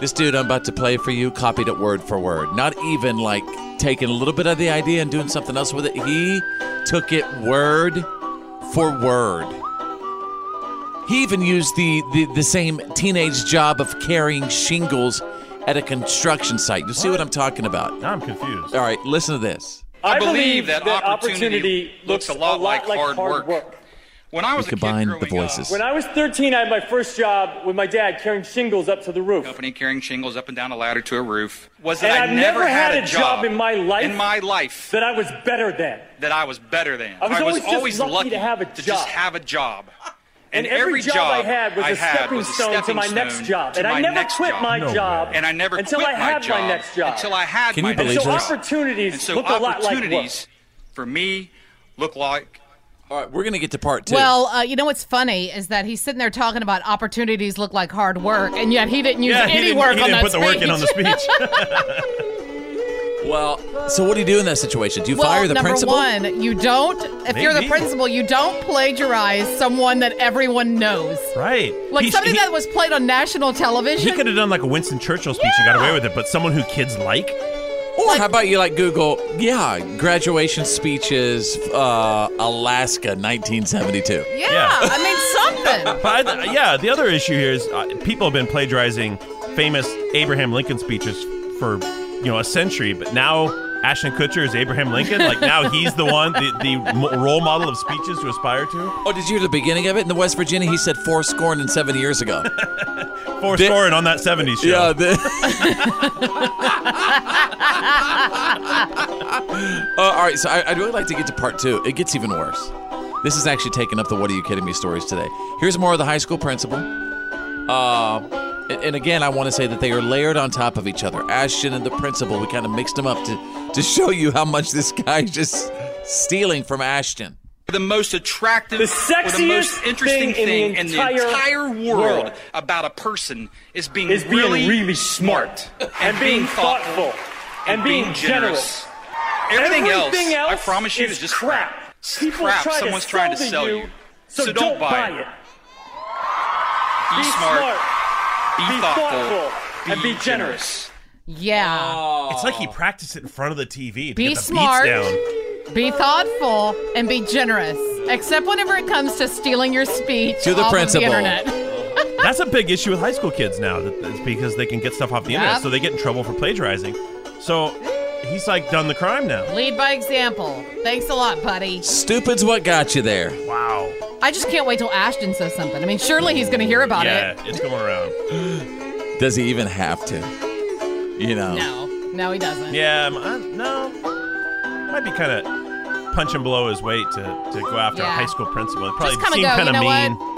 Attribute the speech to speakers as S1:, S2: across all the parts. S1: this dude I'm about to play for you copied it word for word. Not even like taking a little bit of the idea and doing something else with it. He took it word for word. He even used the, the, the same teenage job of carrying shingles at a construction site. You see what I'm talking about?
S2: Now I'm confused.
S1: All right, listen to this.
S3: I
S4: believe that
S3: opportunity, looks a lot, like, hard, work.
S4: When I was a kid
S1: Combine
S4: growing
S1: the voices.
S3: When I was 13, I had my first job with my dad carrying shingles up to the roof.
S4: up, company carrying shingles up and down a ladder to a roof, was that
S3: And
S4: I
S3: I've never had a job in my life
S4: in my life
S3: That I was better than.
S4: that I was better than.
S3: I was always just
S4: always
S3: lucky
S4: lucky
S3: to have a
S4: just
S3: job.
S4: have a job.
S3: And, every, job, I had was a
S4: I
S3: stepping
S4: was a
S3: stone to
S4: stepping
S3: my next
S4: stone
S3: job.
S4: to
S3: And I
S4: my
S3: never
S4: next
S3: quit
S4: job.
S3: my
S2: No
S3: job.
S2: way.
S4: and I never
S3: until
S4: quit
S3: I had
S4: job,
S3: my next job.
S4: Until I had
S1: Can
S4: my
S1: you
S4: next
S1: believe
S3: so
S1: this?
S4: job.
S3: opportunities
S4: and so
S3: look a lot like work.
S4: opportunities for me look like
S1: All right, we're going to get to part two.
S5: Well, uh, you know what's funny is that he's sitting there talking about opportunities look like hard work, and yet he didn't use
S2: Yeah, he
S5: any
S2: didn't,
S5: work
S2: he
S5: on
S2: didn't
S5: that
S2: put the work in on the
S5: speech.
S2: speech.
S1: well, so what do you do in that situation? Do you fire the
S5: number
S1: principal?
S5: one, you don't. If you're the
S2: Maybe.
S5: principal, you don't plagiarize someone that everyone knows,
S2: right.
S5: like
S2: He-
S5: something
S2: he-
S5: that was played on national
S2: He
S5: television.
S2: could have done like a Winston Churchill speech and got away with it, but someone who kids like,
S1: Or how about you like Google, yeah, graduation speeches, uh, Alaska, 1972.
S5: yeah,
S2: Yeah.
S5: I mean something.
S2: But I th- yeah, the other issue here is uh, people have been plagiarizing famous Abraham Lincoln speeches for you know a century, but now Ashton Kutcher is Abraham Lincoln. Like now he's the one, the, the mo- role model of speeches to aspire to.
S1: Oh, did you hear the beginning of it? In the West Virginia, he said four scorn and seven years ago.
S2: For
S1: Did-
S2: scoring on that '70s show.
S1: Yeah. The- Uh, all right, so I, I'd really like to get to part two. It gets even worse. This is actually taking up the "What Are You Kidding Me" stories today. Here's more of the high school principal. Uh, and, and again, I want to say that they are layered on top of each other. Ashton and the principal, we kind of mixed them up to to show you how much this guy is just stealing from Ashton.
S4: the most attractive,
S3: The
S4: or the most
S3: sexiest
S4: interesting
S3: thing in the
S4: in the
S3: entire
S4: entire world,
S3: world
S4: about a person is being
S3: Is being
S4: really,
S3: really smart
S4: and
S3: and
S4: being
S3: being
S4: thoughtful
S3: thoughtful
S4: and being generous. Everything,
S3: Everything
S4: else, I
S3: else
S4: promise you, is,
S3: is
S4: just
S3: crap.
S4: It's
S3: People
S4: crap.
S3: try to
S4: Someone's
S3: sell
S4: trying to
S3: to
S4: sell
S3: you,
S4: you,
S3: So,
S4: don't, buy it. Be,
S3: Be
S4: smart.
S3: smart.
S4: Be,
S3: Be
S4: thoughtful.
S3: thoughtful, and be generous. Oh.
S5: Yeah,
S2: It's like he practiced it in front of the TV to
S5: Be
S2: get the
S5: smart.
S2: beats down.
S5: be thoughtful and be generous. Except whenever it comes to stealing your speech
S1: To the
S5: off of
S1: principal.
S5: internet.
S2: That's a big issue with high school kids now, that- it's because they can get stuff off the internet,
S5: Yep.
S2: so they get in trouble for plagiarizing. So he's like done the crime now.
S5: Lead by example. Thanks a lot, buddy.
S1: Stupid's what got you there.
S2: Wow.
S5: I just can't wait till Ashton says something. I mean, surely he's going to hear about
S2: yeah,
S5: it.
S2: it's going around.
S1: Does he even have to? You know.
S5: No, no, he doesn't.
S2: Yeah, um, I, no. Might be kind of punching below his weight to, to go after a
S5: Yeah.
S2: high school principal. It probably
S5: kinda
S2: seemed
S5: go,
S2: kind of
S5: "You know
S2: mean.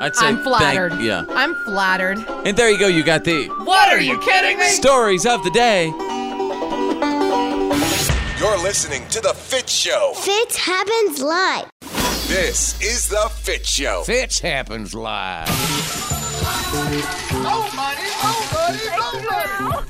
S1: I'd say
S5: I'm
S1: thank-
S5: flattered.
S1: yeah.
S5: I'm flattered.
S1: And there you go. You got the
S5: What are you kidding me?
S1: stories of the day.
S6: You're listening to The Fit Show.
S7: Fit happens live.
S6: This is The Fit Show.
S1: Fitch happens live.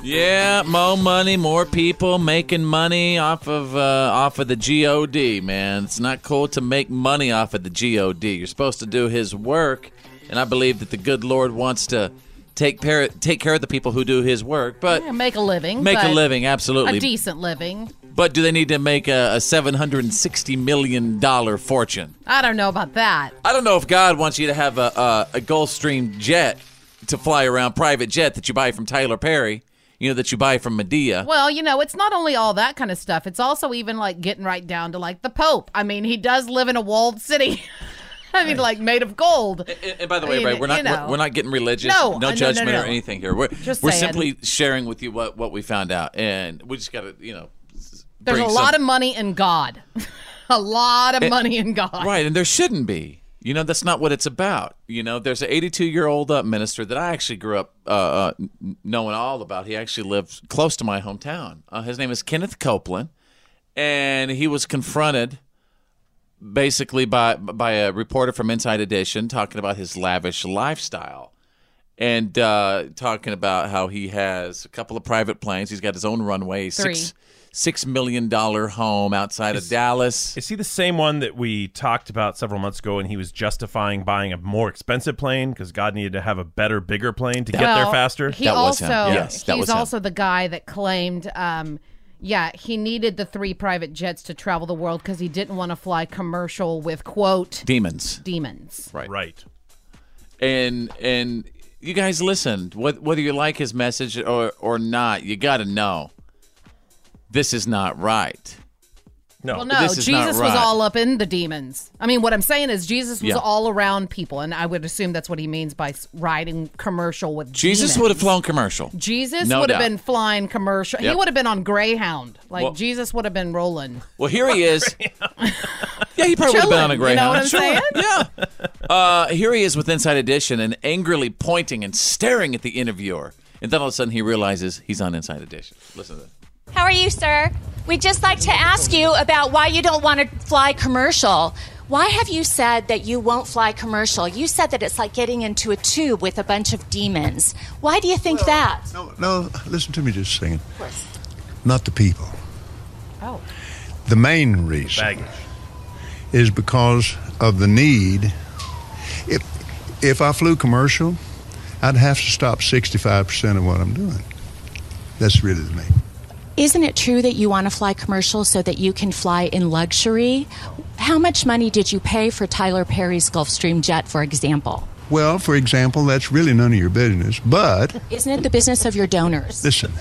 S1: Yeah, more money, more people making money off of uh, off of the God. Man, it's not cool to make money off of the God. You're supposed to do His work, and I believe that the good Lord wants to take care take care of the people who do His work, but
S5: Yeah, make a living.
S1: make a
S5: but
S1: living.
S5: A
S1: Absolutely,
S5: decent living.
S1: but do they need to make a, a seven hundred and sixty million dollar fortune?
S5: I don't know about that.
S1: I don't know if God wants you to have a, a, a Gulfstream jet to fly around, private jet that you buy from Tyler Perry, you know, that you buy from Medea.
S5: Well, you know, it's not only all that kind of stuff. It's also even like getting right down to like the Pope. I mean, he does live in a walled city. I mean, like made of gold.
S1: And, and by the way,
S5: mean,
S1: Ray, we're not
S5: you know.
S1: we're, we're not getting religious,
S5: No, uh,
S1: no,
S5: no, no,
S1: judgment
S5: no.
S1: or anything here. We're
S5: Just
S1: we're
S5: saying.
S1: simply sharing with you what, what we found out, and we just got to you know. s-
S5: There's a
S1: bring some-
S5: lot
S1: Eh,
S5: of money in God. a lot of money in God.
S1: Right, and there shouldn't be. You know, that's not what it's about. You know, there's an 82 year old uh, minister that I actually grew up uh, uh, n- knowing all about. He actually lived close to my hometown. Uh, his name is Kenneth Copeland, and he was confronted basically by by a reporter from Inside Edition talking about his lavish lifestyle and uh, talking about how he has a couple of private planes. He's got his own runway, six
S5: Three.
S1: six million dollar home outside of Dallas.
S2: Is he the same one that we talked about several months ago and he was justifying buying a more expensive plane because God needed to have a better, bigger plane to get there
S5: Well,
S2: faster?
S5: He
S1: That was
S5: also,
S1: him. Yes, that
S5: he's
S1: was him.
S5: also the guy that claimed, um, Yeah, he needed the three private jets to travel the world because he didn't want to fly commercial with quote
S1: Demons.
S5: demons.
S1: Right.
S2: Right.
S1: and and you guys listen Wh- whether you like his message or or not you gotta know this is not right
S2: No.
S5: Well, no,
S1: This is not
S5: Jesus was
S1: right.
S5: all up in the demons. I mean, what I'm saying is Jesus was
S1: Yeah.
S5: all around people, and I would assume that's what he means by s- riding commercial with
S1: jesus
S5: demons.
S1: would have flown commercial
S5: Jesus
S1: No
S5: would have
S1: doubt.
S5: been flying commercial. He
S1: Yep.
S5: would have been on Greyhound. Like
S1: Well-
S5: Jesus would have been rolling.
S1: well here he is yeah he probably would have been
S5: Chilling,
S1: on a
S5: you know what
S1: greyhound
S5: I'm saying?
S1: yeah uh, here he is with inside edition and angrily pointing and staring at the interviewer and then all of a sudden he realizes he's on inside edition listen to this
S8: How are you, sir? We'd just like to ask you about why you don't want to fly commercial. Why have you said that you won't fly commercial? You said that it's like getting into a tube with a bunch of demons. Why do you think that?
S9: No, no, listen to me just a second.
S8: Of course.
S9: Not the people.
S5: Oh.
S9: The main reason is because of the need. If, if I flew commercial, I'd have to stop 65% of what I'm doing. That's really the main.
S8: Isn't it true that you want to fly commercial so that you can fly in luxury? How much money did you pay for Tyler Perry's Gulfstream jet, for example?
S9: Well, for example, that's really none of your business, but
S8: Isn't it the business of your donors?
S9: listen,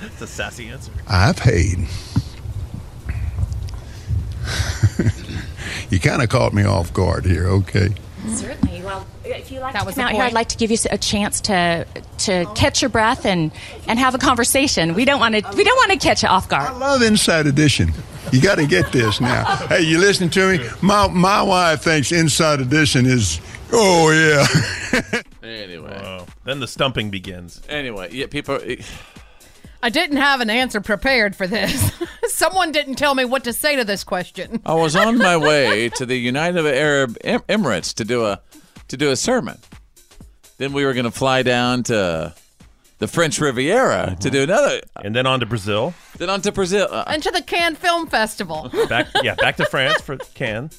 S2: That's a sassy answer.
S9: I paid. you kind of caught me off guard here, okay?
S8: Certainly. Well, if you like
S5: That
S8: to
S5: was
S8: come
S5: the
S8: out here, I'd
S5: point.
S8: like to give you s- a chance to to catch your breath and and have a conversation. We don't want to we don't want to catch you off
S9: I
S8: guard.
S9: love Inside Edition. You got to get this now. Hey, you listening to me? My my wife thinks Inside Edition is oh yeah.
S1: anyway
S2: Oh. Then the stumping begins.
S1: anyway yeah people are,
S5: I didn't have an answer prepared for this. Someone didn't tell me what to say to this question.
S1: I was on my way to the United Arab em- Emirates to do a to do a sermon. Then we were going to fly down to the French Riviera to do another.
S2: Mm-hmm.
S1: uh,
S2: And then on to Brazil.
S1: Then on to Brazil. Uh,
S5: And to the Cannes Film Festival.
S2: Back yeah, back to France for Cannes.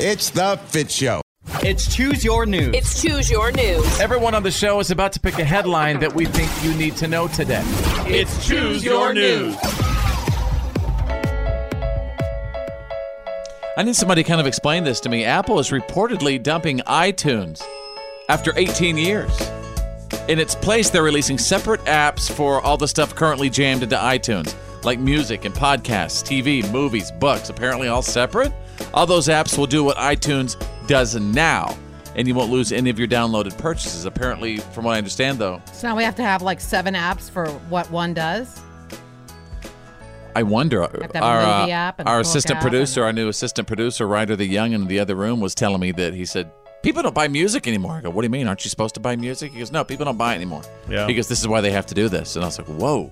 S6: It's the Fit Show.
S10: It's Choose Your News.
S11: It's Choose Your News.
S1: everyone on the show is about to pick a headline that we think you need to know today.
S11: It's
S2: Choose Your News.
S1: I need somebody to kind of explain this to me. Apple is reportedly dumping iTunes after 18 years. In its place, they're releasing separate apps for all the stuff currently jammed into iTunes, like music and podcasts, TV, movies, books, apparently all separate. All those apps will do what iTunes does now, and you won't lose any of your downloaded purchases. Apparently, from what I understand, though,
S5: So now we have to have like seven apps for what one does.
S1: I wonder.
S5: to have a
S1: our uh,
S5: movie app and
S1: our
S5: book
S1: assistant
S5: app
S1: producer, our new assistant producer, Ryder the Young, in the other room was telling me that he said people don't buy music anymore. I go, what do you mean? Aren't you supposed to buy music? He goes, no, people don't buy it anymore.
S2: Yeah.
S1: Because this is why they have to do this. And I was like, whoa.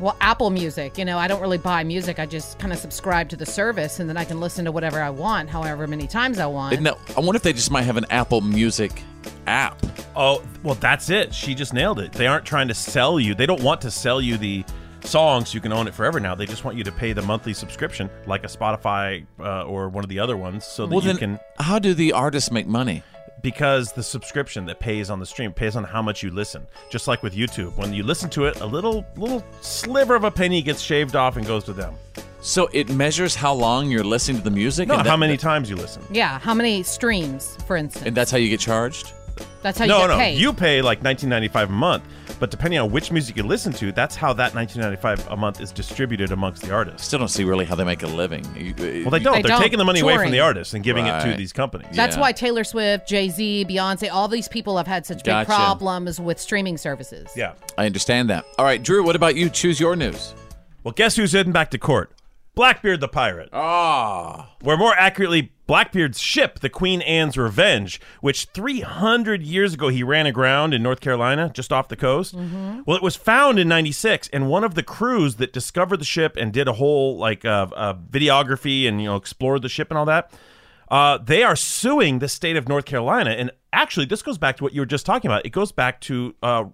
S5: Well, Apple Music. You know, I don't really buy music. I just kind of subscribe to the service, and then I can listen to whatever I want, however many times I want.
S1: Isn't that- I wonder if they just might have an Apple Music app.
S2: Oh, well, that's it. She just nailed it. They aren't trying to sell you. They don't want to sell you the songs. You can own it forever now. They just want you to pay the monthly subscription, like a Spotify uh, or one of the other ones, so that
S1: well,
S2: you
S1: then
S2: can.
S1: how do the artists make money?
S2: Because the subscription that pays on the stream pays on how much you listen. Just like with YouTube, when you listen to it, a little little sliver of a penny gets shaved off and goes to them.
S1: So it measures how long you're listening to the music.
S2: Not
S1: and
S2: how
S1: that-
S2: many times you listen.
S5: yeah, how many streams, for instance?
S1: And that's how you get charged.
S5: That's how you
S2: no,
S5: get
S2: no,
S5: paid.
S2: you pay like 19.95 a month, but depending on which music you listen to, that's how that 19.95 a month is distributed amongst the artists.
S1: Still don't see really how they make a living. You-
S2: Well, they don't.
S5: They
S2: They are
S5: don't.
S2: taking the money away from
S5: Touring.
S2: the artists and giving it to
S1: Right.
S2: these companies.
S5: That's
S1: Yeah.
S5: why Taylor Swift, Jay Z, Beyonce, all these people have had such
S1: Gotcha.
S5: big problems with streaming services.
S2: Yeah.
S1: I understand that. All right, Drew. What about you? Choose your news.
S2: Well, guess who's heading back to court? Blackbeard the pirate.
S1: Ah.
S2: Or more accurately, Blackbeard's ship, the Queen Anne's Revenge, which 300 years ago he ran aground in North Carolina, just off the coast.
S5: Mm-hmm.
S2: Well, it was found in 96, and one of the crews that discovered the ship and did a whole like uh, uh, videography and you know explored the ship and all that. Uh, they are suing the state of North Carolina, and actually, this goes back to what you were just talking about. It goes back to uh,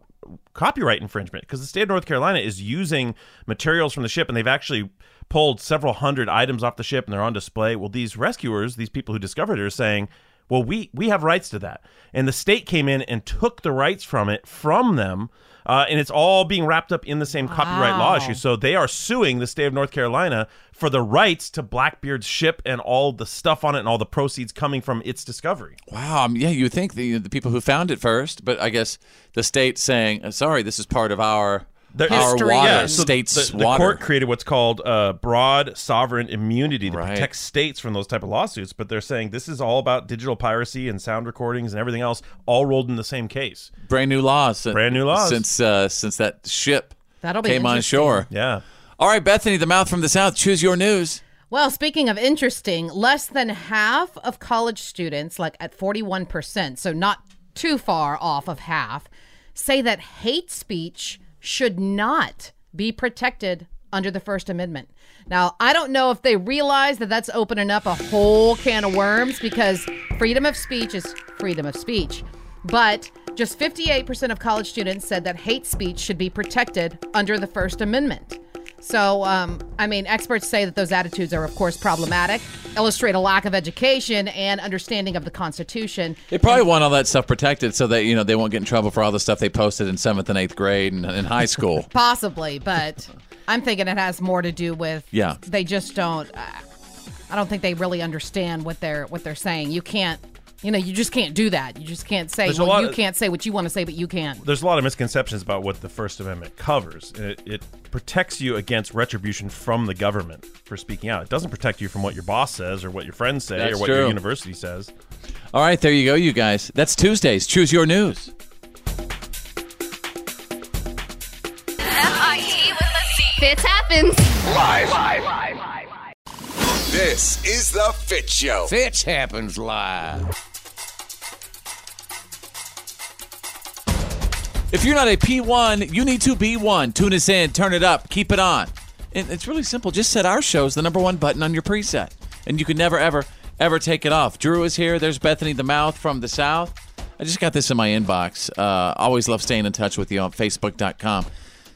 S2: copyright infringement because the state of North Carolina is using materials from the ship, and they've actually pulled several hundred items off the ship, and they're on display. Well, these rescuers, these people who discovered it, are saying. Well, we we have rights to that, and the state came in and took the rights from it from them, uh, and it's all being wrapped up in the same copyright law
S12: Wow.
S2: issue. So they are suing the state of North Carolina for the rights to Blackbeard's ship and all the stuff on it and all the proceeds coming from its discovery.
S1: Wow. um, Yeah, you would think the, the people who found it first, but I guess the state saying, uh, "Sorry, this is part of our our water,
S2: Yeah, so
S1: state's
S2: the, the
S1: water."
S2: court created what's called uh, broad sovereign immunity that protects states from those type of lawsuits. But they're saying this is all about digital piracy and sound recordings and everything else, all rolled in the same case.
S1: Brand new laws. Since,
S2: Brand new laws.
S1: since uh, since that ship
S5: That'll be
S1: came on
S5: interesting.
S1: shore.
S2: Yeah.
S1: All right, Bethany, the mouth from the south. Choose your news.
S5: Well, speaking of interesting, less than half of college students, like at 41%, so not too far off of half, say that hate speech should not be protected under the First Amendment. Now, I don't know if they realize that that's opening up a whole can of worms because freedom of speech is freedom of speech. But just 58% of college students said that hate speech should be protected under the First Amendment. So, um, I mean, experts say that those attitudes are, of course, problematic, illustrate a lack of education and understanding of the Constitution.
S1: They probably want all that stuff protected so that you know they won't get in trouble for all the stuff they posted in seventh and eighth grade and in high school.
S5: Possibly, but I'm thinking it has more to do with
S1: Yeah.
S5: they just don't. Uh, I don't think they really understand what they're what they're saying. You can't, you know, you just can't do that. You just can't say.
S2: There's a
S5: Well,
S2: lot
S5: you
S2: of-
S5: can't say what you want to say, but you can.
S2: There's a lot of misconceptions about what the First Amendment covers. It, it protects you against retribution from the government for speaking out. It doesn't protect you from what your boss says or what your friends say
S1: That's
S2: or what
S1: true.
S2: your university says.
S1: All right, there you go, you guys. That's Tuesdays. Choose your news.
S13: F-I-T E with a C. Fits happens.
S14: Live.
S13: Live.
S14: This is the Fit Show.
S15: Fitch happens live.
S1: If you're not a P1, you need to be one. Tune us in, turn it up, keep it on. And it's really simple. Just set our show's the number one button on your preset. And you can never, ever, ever take it off. Drew is here. There's Bethany the Mouth from the South. I just got this in my inbox. Uh, always love staying in touch with you on Facebook.com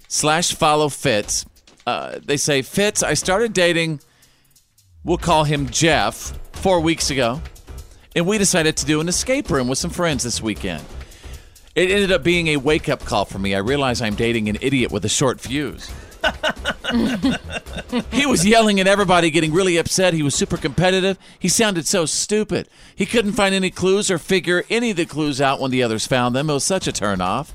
S1: slash follow Fitz. Uh, they say, Fitz, I started dating we'll call him Jeff, four weeks ago. And we decided to do an escape room with some friends this weekend. It ended up being a wake up call for me. I realize I'm dating an idiot with a short fuse. he was yelling at everybody, getting really upset. He was super competitive. He sounded so stupid. He couldn't find any clues or figure any of the clues out when the others found them. It was such a turnoff.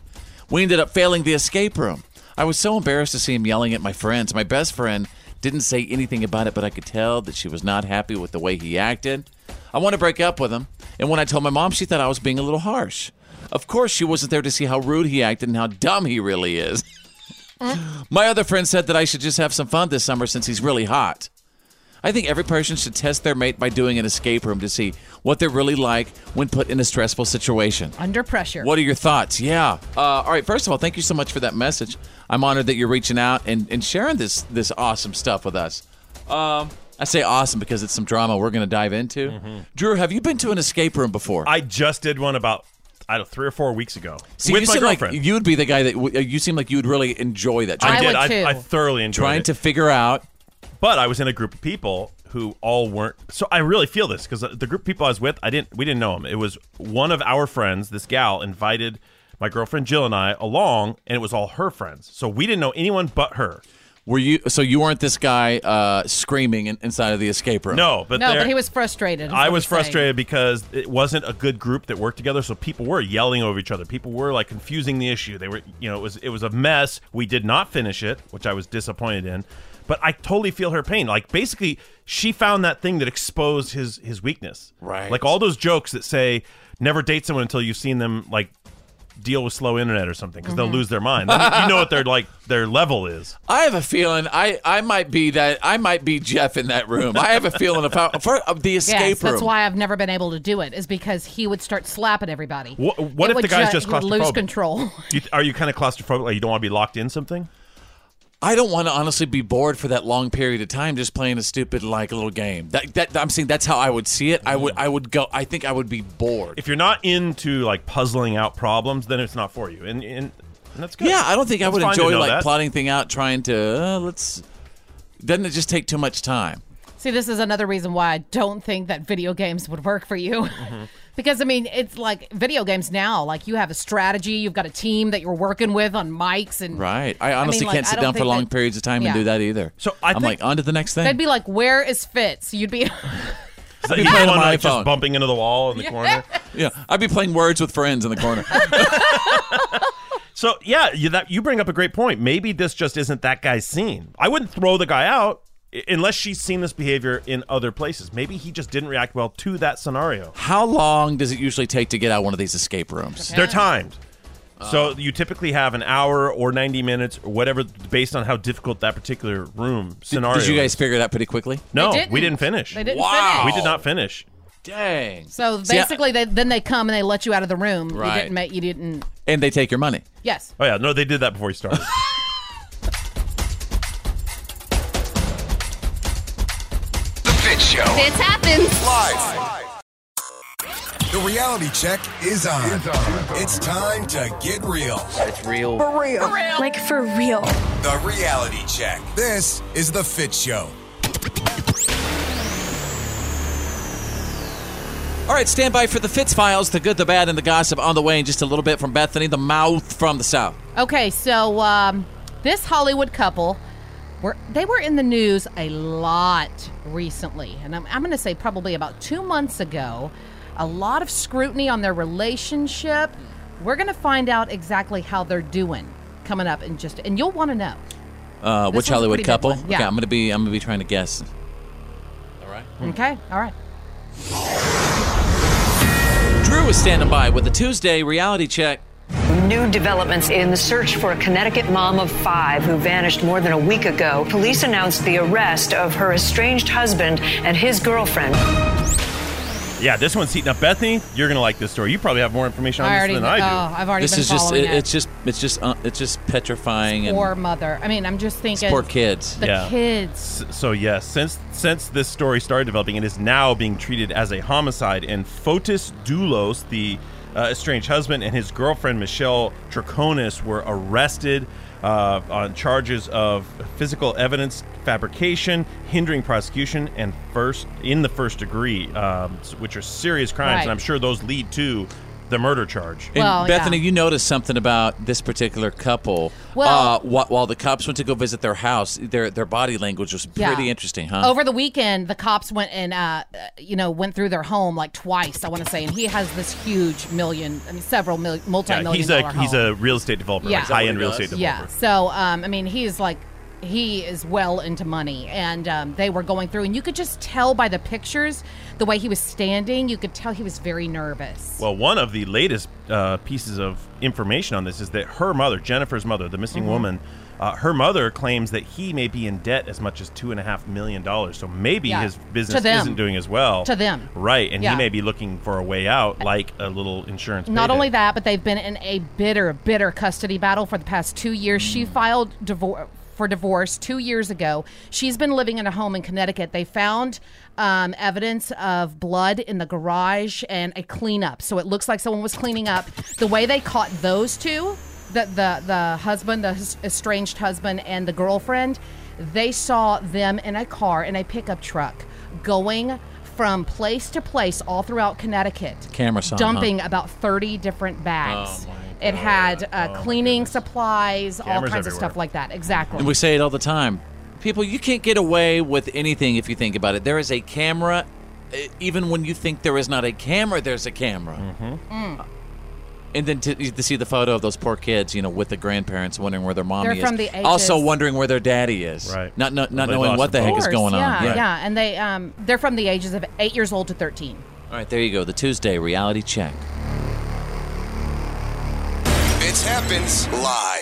S1: We ended up failing the escape room. I was so embarrassed to see him yelling at my friends. My best friend didn't say anything about it, but I could tell that she was not happy with the way he acted. I want to break up with him. And when I told my mom, she thought I was being a little harsh. Of course, she wasn't there to see how rude he acted and how dumb he really is. My other friend said that I should just have some fun this summer since he's really hot. I think every person should test their mate by doing an escape room to see what they're really like when put in a stressful situation.
S5: Under pressure.
S1: What are your thoughts? Yeah. Uh, all right. First of all, thank you so much for that message. I'm honored that you're reaching out and, and sharing this this awesome stuff with us. Um, I say awesome because it's some drama we're going to dive into. Drew, have you been to an escape room before?
S2: I just did one about I don't know, three or four weeks ago
S1: See,
S2: with
S1: you
S2: my
S1: seem
S2: girlfriend.
S1: Like you'd be the guy that w- you seem like you'd really enjoy that.
S2: I,
S1: Trying-
S2: did. I, I thoroughly enjoyed
S1: Trying
S2: it.
S1: to figure out.
S2: But I was in a group of people who all weren't. So I really feel this because the group of people I was with, I didn't. We didn't know them. It was one of our friends. This gal invited my girlfriend Jill and I along, and it was all her friends. So we didn't know anyone but her.
S1: Were you? So you weren't this guy uh, screaming in, inside of the escape room?
S2: No, but
S5: no,
S2: there-
S5: but he was frustrated. is
S2: I
S5: what
S2: was
S5: he's saying.
S2: frustrated because it wasn't a good group that worked together. So people were yelling over each other. People were like confusing the issue. They were, you know, it was it was a mess. We did not finish it, which I was disappointed in. But I totally feel her pain. Like basically, she found that thing that exposed his his weakness.
S1: Right.
S2: Like all those jokes that say never date someone until you've seen them like deal with slow internet or something because
S5: Mm-hmm.
S1: Mhm.
S2: they'll lose their mind. Then you- you know what their like their level is.
S1: I have a feeling I, I might be that I might be Jeff in that room. I have a feeling of, how, for, of the escape
S5: Yes,
S1: room.
S5: that's why I've never been able to do it. Is because he would start slapping everybody.
S2: What, what
S5: It
S2: if the
S5: would
S2: guy's
S5: ju-
S2: just
S5: he would lose
S2: claustrophobic?
S5: control?
S2: Do you- are you kind of claustrophobic? Like you don't want to be locked in something?
S1: I don't want to honestly be bored for that long period of time just playing a stupid like little game. That, that I'm saying that's how I would see it. I would
S2: Mm.
S1: I would go. I think I would be bored.
S2: if you're not into like puzzling out problems, then it's not for you. And and, and that's good.
S1: Yeah, I don't think I
S2: It's
S1: would
S2: fine to
S1: enjoy
S2: know
S1: like
S2: that.
S1: plotting thing out, trying to uh, let's. Doesn't it just take too much time?
S5: See, this is another reason why I don't think that video games would work for you.
S2: Mm-hmm.
S5: because, I mean, it's like video games now, like you have a strategy, you've got a team that you're working with on mics, and
S1: Right. I honestly
S5: like,
S1: can't
S5: I
S1: sit
S5: don't
S1: down for
S5: think
S1: long
S5: that-
S1: periods of time
S5: yeah.
S1: and do that either. So I am like, on to the next
S5: they'd
S1: thing.
S5: be like, Where is Fitz? You'd be.
S1: I'd
S2: You play
S1: on
S2: one,
S1: my
S2: like, just
S1: phone.
S2: bumping into the wall in the corner.
S1: Yeah, I'd be playing words with friends in the corner.
S2: So yeah, you, that you bring up a great point. Maybe this just isn't that guy's scene. I wouldn't throw the guy out i- unless she's seen this behavior in other places. Maybe he just didn't react well to that scenario.
S1: How long does it usually take to get out of one of these escape rooms?
S2: They're timed.
S1: Ah.
S2: So you typically have an hour or 90 minutes or whatever based on how difficult that particular room scenario.
S1: Did you
S2: is.
S1: guys figure it out pretty quickly?
S2: No, we didn't finish.
S5: They didn't Wow.
S2: We
S5: finish.
S2: did not finish.
S1: Dang.
S5: So
S1: See, I-
S5: basically, they, then they come and they let you out of the room.
S1: Right.
S5: You didn't. Make, you didn't.
S1: and they take your money.
S5: Yes.
S2: Oh yeah, no, they did that before he started.
S4: The Fit Show.
S13: Fits happens.
S6: The reality check is on. It's, time to get real. It's real.
S12: real. Like for real.
S6: The reality check. This is the Fit Show.
S1: All right, stand by for the Fitz Files, the good, the bad, and the gossip on the way in just a little bit from Bethany, the mouth from the south.
S5: Okay, so um, this Hollywood couple were they were in the news a lot recently, and I'm, I'm going to say probably about two months ago. A lot of scrutiny on their relationship. We're going to find out exactly how they're doing coming up, and just and you'll want to know.
S1: Uh,
S5: This one's
S1: which
S5: a
S1: Hollywood
S5: pretty big
S1: couple?
S5: one, yeah.
S1: Okay, I'm gonna be I'm gonna be trying to guess.
S5: Okay, all right.
S1: Drew is standing by with a Tuesday reality check.
S16: New developments in the search for a Connecticut mom of five who vanished more than a week ago. Police announced the arrest of her estranged husband and his girlfriend.
S2: yeah, this one's heating up. Bethany, you're gonna like this story. You probably have more information on
S5: I
S2: this
S5: already
S2: than
S5: kn-
S2: I do.
S5: oh, I've already
S1: this
S5: been
S1: is just
S5: following
S1: it-
S5: it.
S1: it's just it's just uh, it's just petrifying and
S5: Poor mother. I mean, I'm just thinking.
S1: poor kids.
S5: The kids.
S2: S- So yes, since since this story started developing, it is now being treated as a homicide. And Fotis Doulos, the uh, estranged husband, and his girlfriend Michelle Draconis were arrested uh, on charges of physical evidence fabrication, hindering prosecution, and first in the first degree, um, s- which are serious crimes.
S1: Right.
S2: And I'm sure those lead to the murder charge.
S1: And Bethany, you noticed something about this particular couple.
S5: Well-
S1: uh, while, while the cops went to go visit their house, their their body language was
S5: Yeah.
S1: pretty interesting, huh?
S5: Over the weekend, the cops went and uh, uh, you know went through their home like twice, I want to say, and he has this huge million, I mean, several mil- multi-million
S2: Yeah,
S5: dollar
S2: he's a
S5: home.
S2: he's a real estate developer, like high-end real estate developer.
S5: Yeah. So, um, I mean, he's like, he is well into money. And um, they were going through, and you could just tell by the pictures, the way he was standing, you could tell he was very nervous.
S2: Well, one of the latest uh, pieces of information on this is that her mother, Jennifer's mother, the missing
S5: Mhm.
S2: woman, uh, her mother claims that he may be in debt as much as two and a half million dollars. So maybe
S5: Yeah.
S2: his
S5: To
S2: business
S5: them.
S2: isn't doing as well.
S5: To them.
S2: right? And
S5: Yeah.
S2: he may be looking for a way out, like a little insurance.
S5: Not
S2: payday.
S5: only that, but they've been in a bitter, bitter custody battle for the past two years.
S1: Mm.
S5: She filed divor- for divorce two years ago. She's been living in a home in Connecticut. They found um, evidence of blood in the garage and a cleanup. So it looks like someone was cleaning up. The way they caught those two, the the, the husband, the hus- estranged husband, and the girlfriend, they saw them in a car in a pickup truck going from place to place all throughout Connecticut
S1: Camera saw, huh?
S5: dumping about 30 different bags.
S1: Oh,
S5: it had uh, cleaning supplies, all
S1: Cameras
S5: kinds of
S1: everywhere.
S5: stuff like that. Exactly.
S1: And we say it all the time. People, you can't get away with anything if you think about it. There is a camera. e- Even when you think there is not a camera, there's a camera.
S2: Mm-hmm.
S5: Mm.
S1: And then to, to see the photo of those poor kids, you know, with the grandparents, wondering where their mommy
S5: They're
S1: is.
S5: from the
S1: Also
S5: ages-
S1: wondering where their daddy is. Right. Not not, not
S2: They
S1: knowing
S2: lost
S1: what the
S2: them
S1: heck
S2: both.
S1: is going
S5: yeah,
S1: on.
S5: yeah, and they um, they're from the ages of eight years old to 13.
S1: All right, there you go. The Tuesday reality check.
S6: It happens live.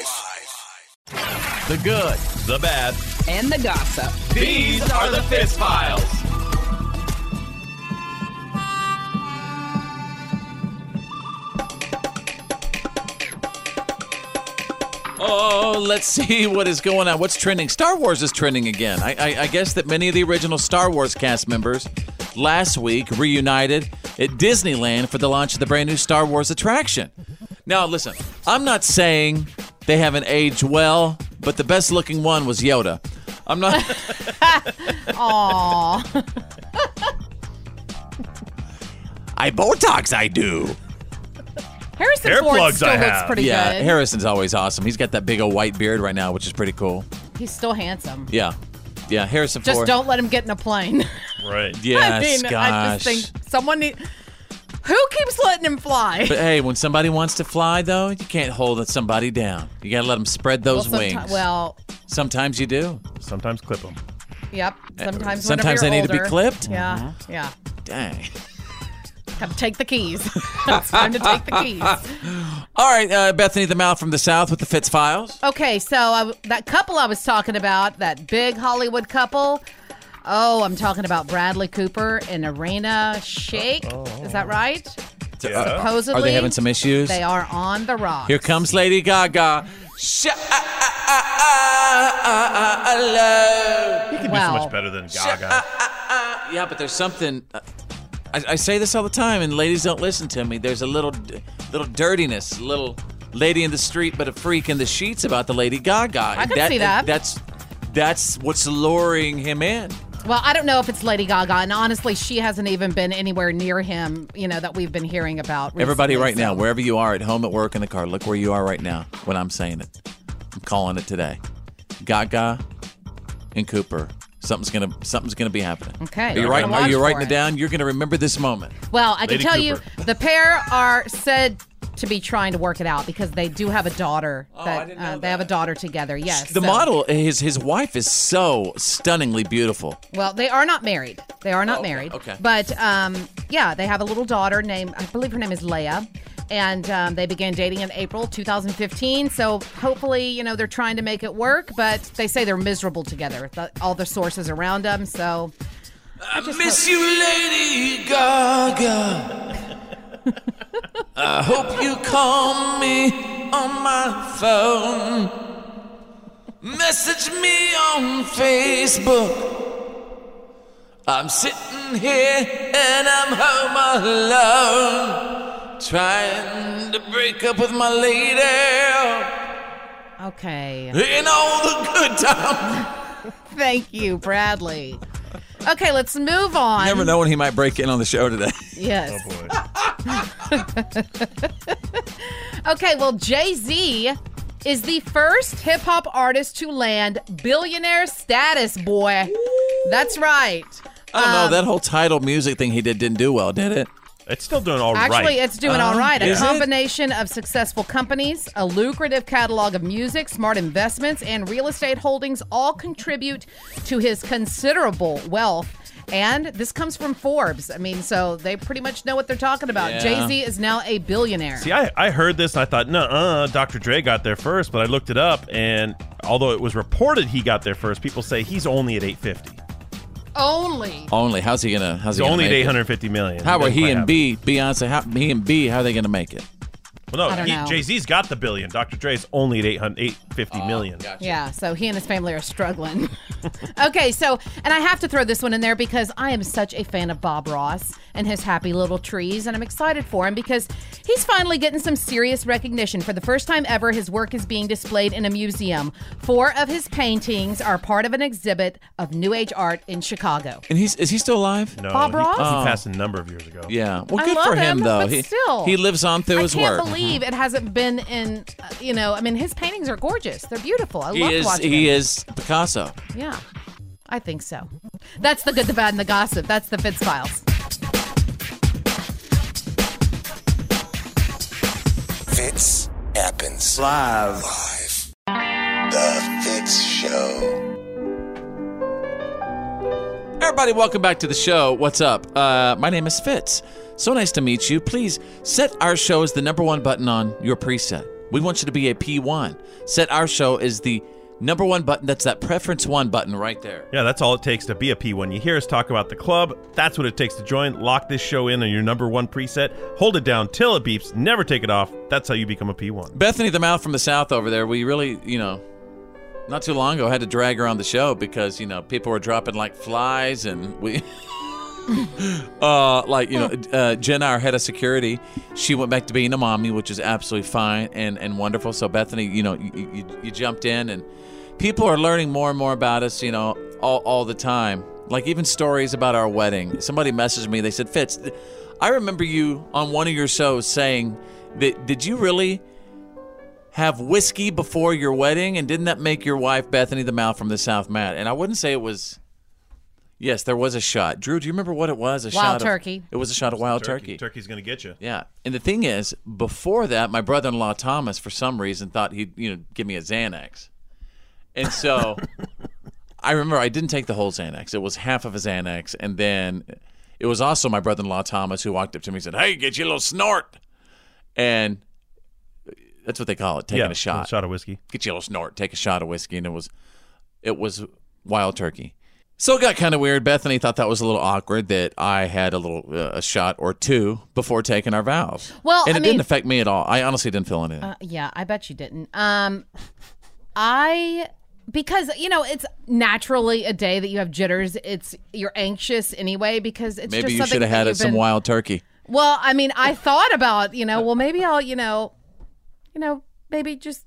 S1: The good,
S2: the bad,
S11: And the gossip.
S4: These are the Fitz Files.
S1: Oh, let's see what is going on. What's trending? Star Wars is trending again. I, I, I guess that many of the original Star Wars cast members last week reunited at Disneyland for the launch of the brand new Star Wars attraction. Now, listen, I'm not saying they haven't aged well, but the best looking one was Yoda. I'm not.
S5: Aw.
S1: I Botox, I do.
S5: Harrison Ford still looks pretty
S1: yeah,
S5: good.
S1: Harrison's always awesome. He's got that big old white beard right now, which is pretty cool.
S5: He's still handsome.
S1: Yeah, yeah. Harrison
S5: Just
S1: Ford.
S5: don't let him get in a plane.
S1: Right. Yes,
S5: I mean, I
S1: gosh.
S5: just think someone need. Who keeps letting him fly?
S1: But hey, when somebody wants to fly, though, you can't hold somebody down. You got to let them spread those
S5: well, someti-
S1: wings.
S5: Well,
S1: sometimes you do. Sometimes clip them.
S5: yep. Sometimes.
S1: Sometimes
S5: whenever
S1: they
S5: you're
S1: need to be
S5: older-
S1: clipped.
S5: Yeah.
S1: Mhm.
S5: Yeah.
S1: Dang.
S5: Have to take the keys. it's time to take the keys.
S1: All right, uh, Bethany the Mouth from the South with the Fitz Files.
S5: Okay, so I, that couple I was talking about, that big Hollywood couple. Oh, I'm talking about Bradley Cooper and Arena Shake. Is that right?
S1: Uh,
S5: Supposedly,
S1: Are they having some issues?
S5: They are on the rock.
S1: Here comes Lady Gaga. Sh-
S2: He can do so much better than Gaga.
S1: uh, Yeah, but there's something. I, I say this all the time, and ladies don't listen to me. There's a little, d- little dirtiness, a little lady in the street, but a freak in the sheets about the Lady Gaga. I
S5: can see that.
S1: That's that's what's luring him in.
S5: Well, I don't know if it's Lady Gaga, and honestly, she hasn't even been anywhere near him. You know that we've been hearing about. Recently.
S1: Everybody, right now, wherever you are, at home, at work, in the car, look where you are right now. When I'm saying it, I'm calling it today. Gaga and Cooper. Something's gonna something's gonna be happening.
S5: Okay.
S1: Are you
S5: I'm
S1: writing?
S5: gonna
S1: Are you
S5: watch
S1: writing
S5: for
S1: it
S5: it.
S1: down? You're gonna remember this moment.
S5: Well, I
S1: Lady
S5: can tell
S1: Cooper.
S5: you, the pair are said to be trying to work it out because they do have a daughter.
S1: Oh,
S5: that, uh, They have a daughter together. Yes.
S1: The
S5: so-
S1: model, his his wife is so stunningly beautiful.
S5: Well, they are not married. They are not
S1: Oh, okay,
S5: married.
S1: okay.
S5: But um, yeah, they have a little daughter named, I believe her name is Leia. And um, they began dating in April 2015. So hopefully, you know, they're trying to make it work, but they say they're miserable together. The, all the sources around them. So
S1: I miss you, Lady Gaga. I hope you call me on my phone. Message me on Facebook. I'm sitting here and I'm home alone. Trying to break up with my lady
S5: okay.
S1: in all the good times.
S5: Thank you, Bradley. Okay, let's move on.
S1: Never know when he might break in on the show today. Oh,
S5: Yes. okay, well, Jay Z is the first hip hop artist to land billionaire status, boy. That's right.
S1: I don't
S5: Um,
S1: know. That whole title music thing he did didn't do well, did it? It's still doing all right. Uh-huh.
S5: Actually, it's doing all right. A
S1: is it?
S5: combination of successful companies, a lucrative catalog of music, smart investments, and real estate holdings all contribute to his considerable wealth. And this comes from Forbes. I mean, so they pretty much know what they're talking about.
S2: Yeah.
S5: Jay Z is now a billionaire.
S2: See, I, I heard this and I thought, no, uh, Dr. Dre got there first, but I looked it up, and although it was reported he got there first, people say he's only at 850.
S5: Only.
S1: Only how's he gonna? How's
S2: He's
S1: he gonna
S2: only at
S1: make it?
S2: 850 million.
S1: How are
S2: doesn't
S1: he
S2: quite
S1: and
S2: have
S1: B Beyonce? How he and B? How are they gonna make it?
S2: it. Well,
S5: I don't
S2: no,
S5: know.
S2: Jay Z's got the billion. Dr. Dre's only at 800,
S1: Oh,
S2: 850 million.
S5: Yeah, so he and his family are struggling. okay, so, and I have to throw this one in there because I am such a fan of Bob Ross and his happy little trees, and I'm excited for him because he's finally getting some serious recognition. For the first time ever, his work is being displayed in a museum. Four of his paintings are part of an exhibit of New Age art in Chicago.
S1: And he's is he still alive?
S2: No,
S5: Bob
S2: he,
S5: Ross?
S2: he
S1: Oh.
S2: passed a number of years ago.
S1: Yeah. Well,
S5: I
S1: good
S5: love
S1: for him,
S5: him,
S1: though.
S5: but
S1: he,
S5: still.
S1: he lives on through
S5: I
S1: his
S5: can't
S1: work.
S5: believe it hasn't been in, uh, you know, I mean, his paintings are gorgeous. They're beautiful. I
S1: He
S5: love
S1: is
S5: watching
S1: he
S5: them.
S1: is Picasso.
S5: Yeah, I think so. That's the good, the bad, and the gossip. That's the Fitz Files.
S6: Fitz happens live. Live. The Fitz Show.
S1: Everybody, welcome back to the show. What's up? Uh, my name is Fitz. So nice to meet you. Please set our show as the number one button on your preset. We want you to be a P1. Set our show as the number one button. That's that preference one button right there.
S2: Yeah, that's all it takes to be a P1. You hear us talk about the club. That's what it takes to join. Lock this show in on your number one preset. Hold it down till it beeps. Never take it off. That's how you become a P1.
S1: Bethany the Mouth from the South over there, we really, you know, not too long ago had to drag her on the show because, you know, people were dropping like flies and we. uh, like you know, uh, Jenna, our head of security, she went back to being a mommy, which is absolutely fine and and wonderful. So Bethany, you know, you, you, you jumped in, and people are learning more and more about us. You know, all, all the time. Like even stories about our wedding. Somebody messaged me. They said, Fitz, th- I remember you on one of your shows saying that did you really have whiskey before your wedding, and didn't that make your wife Bethany the mouth from the South mad? And I wouldn't say it was. Yes, there was a shot. Drew, do you remember what it was? A
S5: Wild
S1: shot of-
S5: turkey.
S1: it was a shot of wild turkey.
S2: Turkey's gonna get you.
S1: Yeah. And the thing is, before that, my brother-in-law Thomas, for some reason, thought he'd you know give me a Xanax, and so I remember I didn't take the whole Xanax. It was half of a Xanax, and then it was also my brother-in-law Thomas who walked up to me and said, "Hey, get you a little snort," and that's what they call it, taking
S2: Yeah,
S1: a shot,
S2: shot of whiskey.
S1: Get you a little snort, take a shot of whiskey, and it was it was wild turkey. So it got kind of weird. Bethany thought that was a little awkward that I had a little uh, a shot or two before taking our vows.
S5: Well,
S1: and
S5: I
S1: it didn't
S5: mean-
S1: affect me at all. I honestly didn't feel anything.
S5: Uh, yeah, I bet you didn't. Um, I because you know it's naturally a day that you have jitters. It's you're anxious anyway because it's
S1: Maybe
S5: just
S1: you
S5: something
S1: should have
S5: that
S1: had
S5: you've
S1: it some
S5: been-
S1: wild turkey.
S5: Well, I mean, I thought about you know, well maybe I'll you know, you know maybe just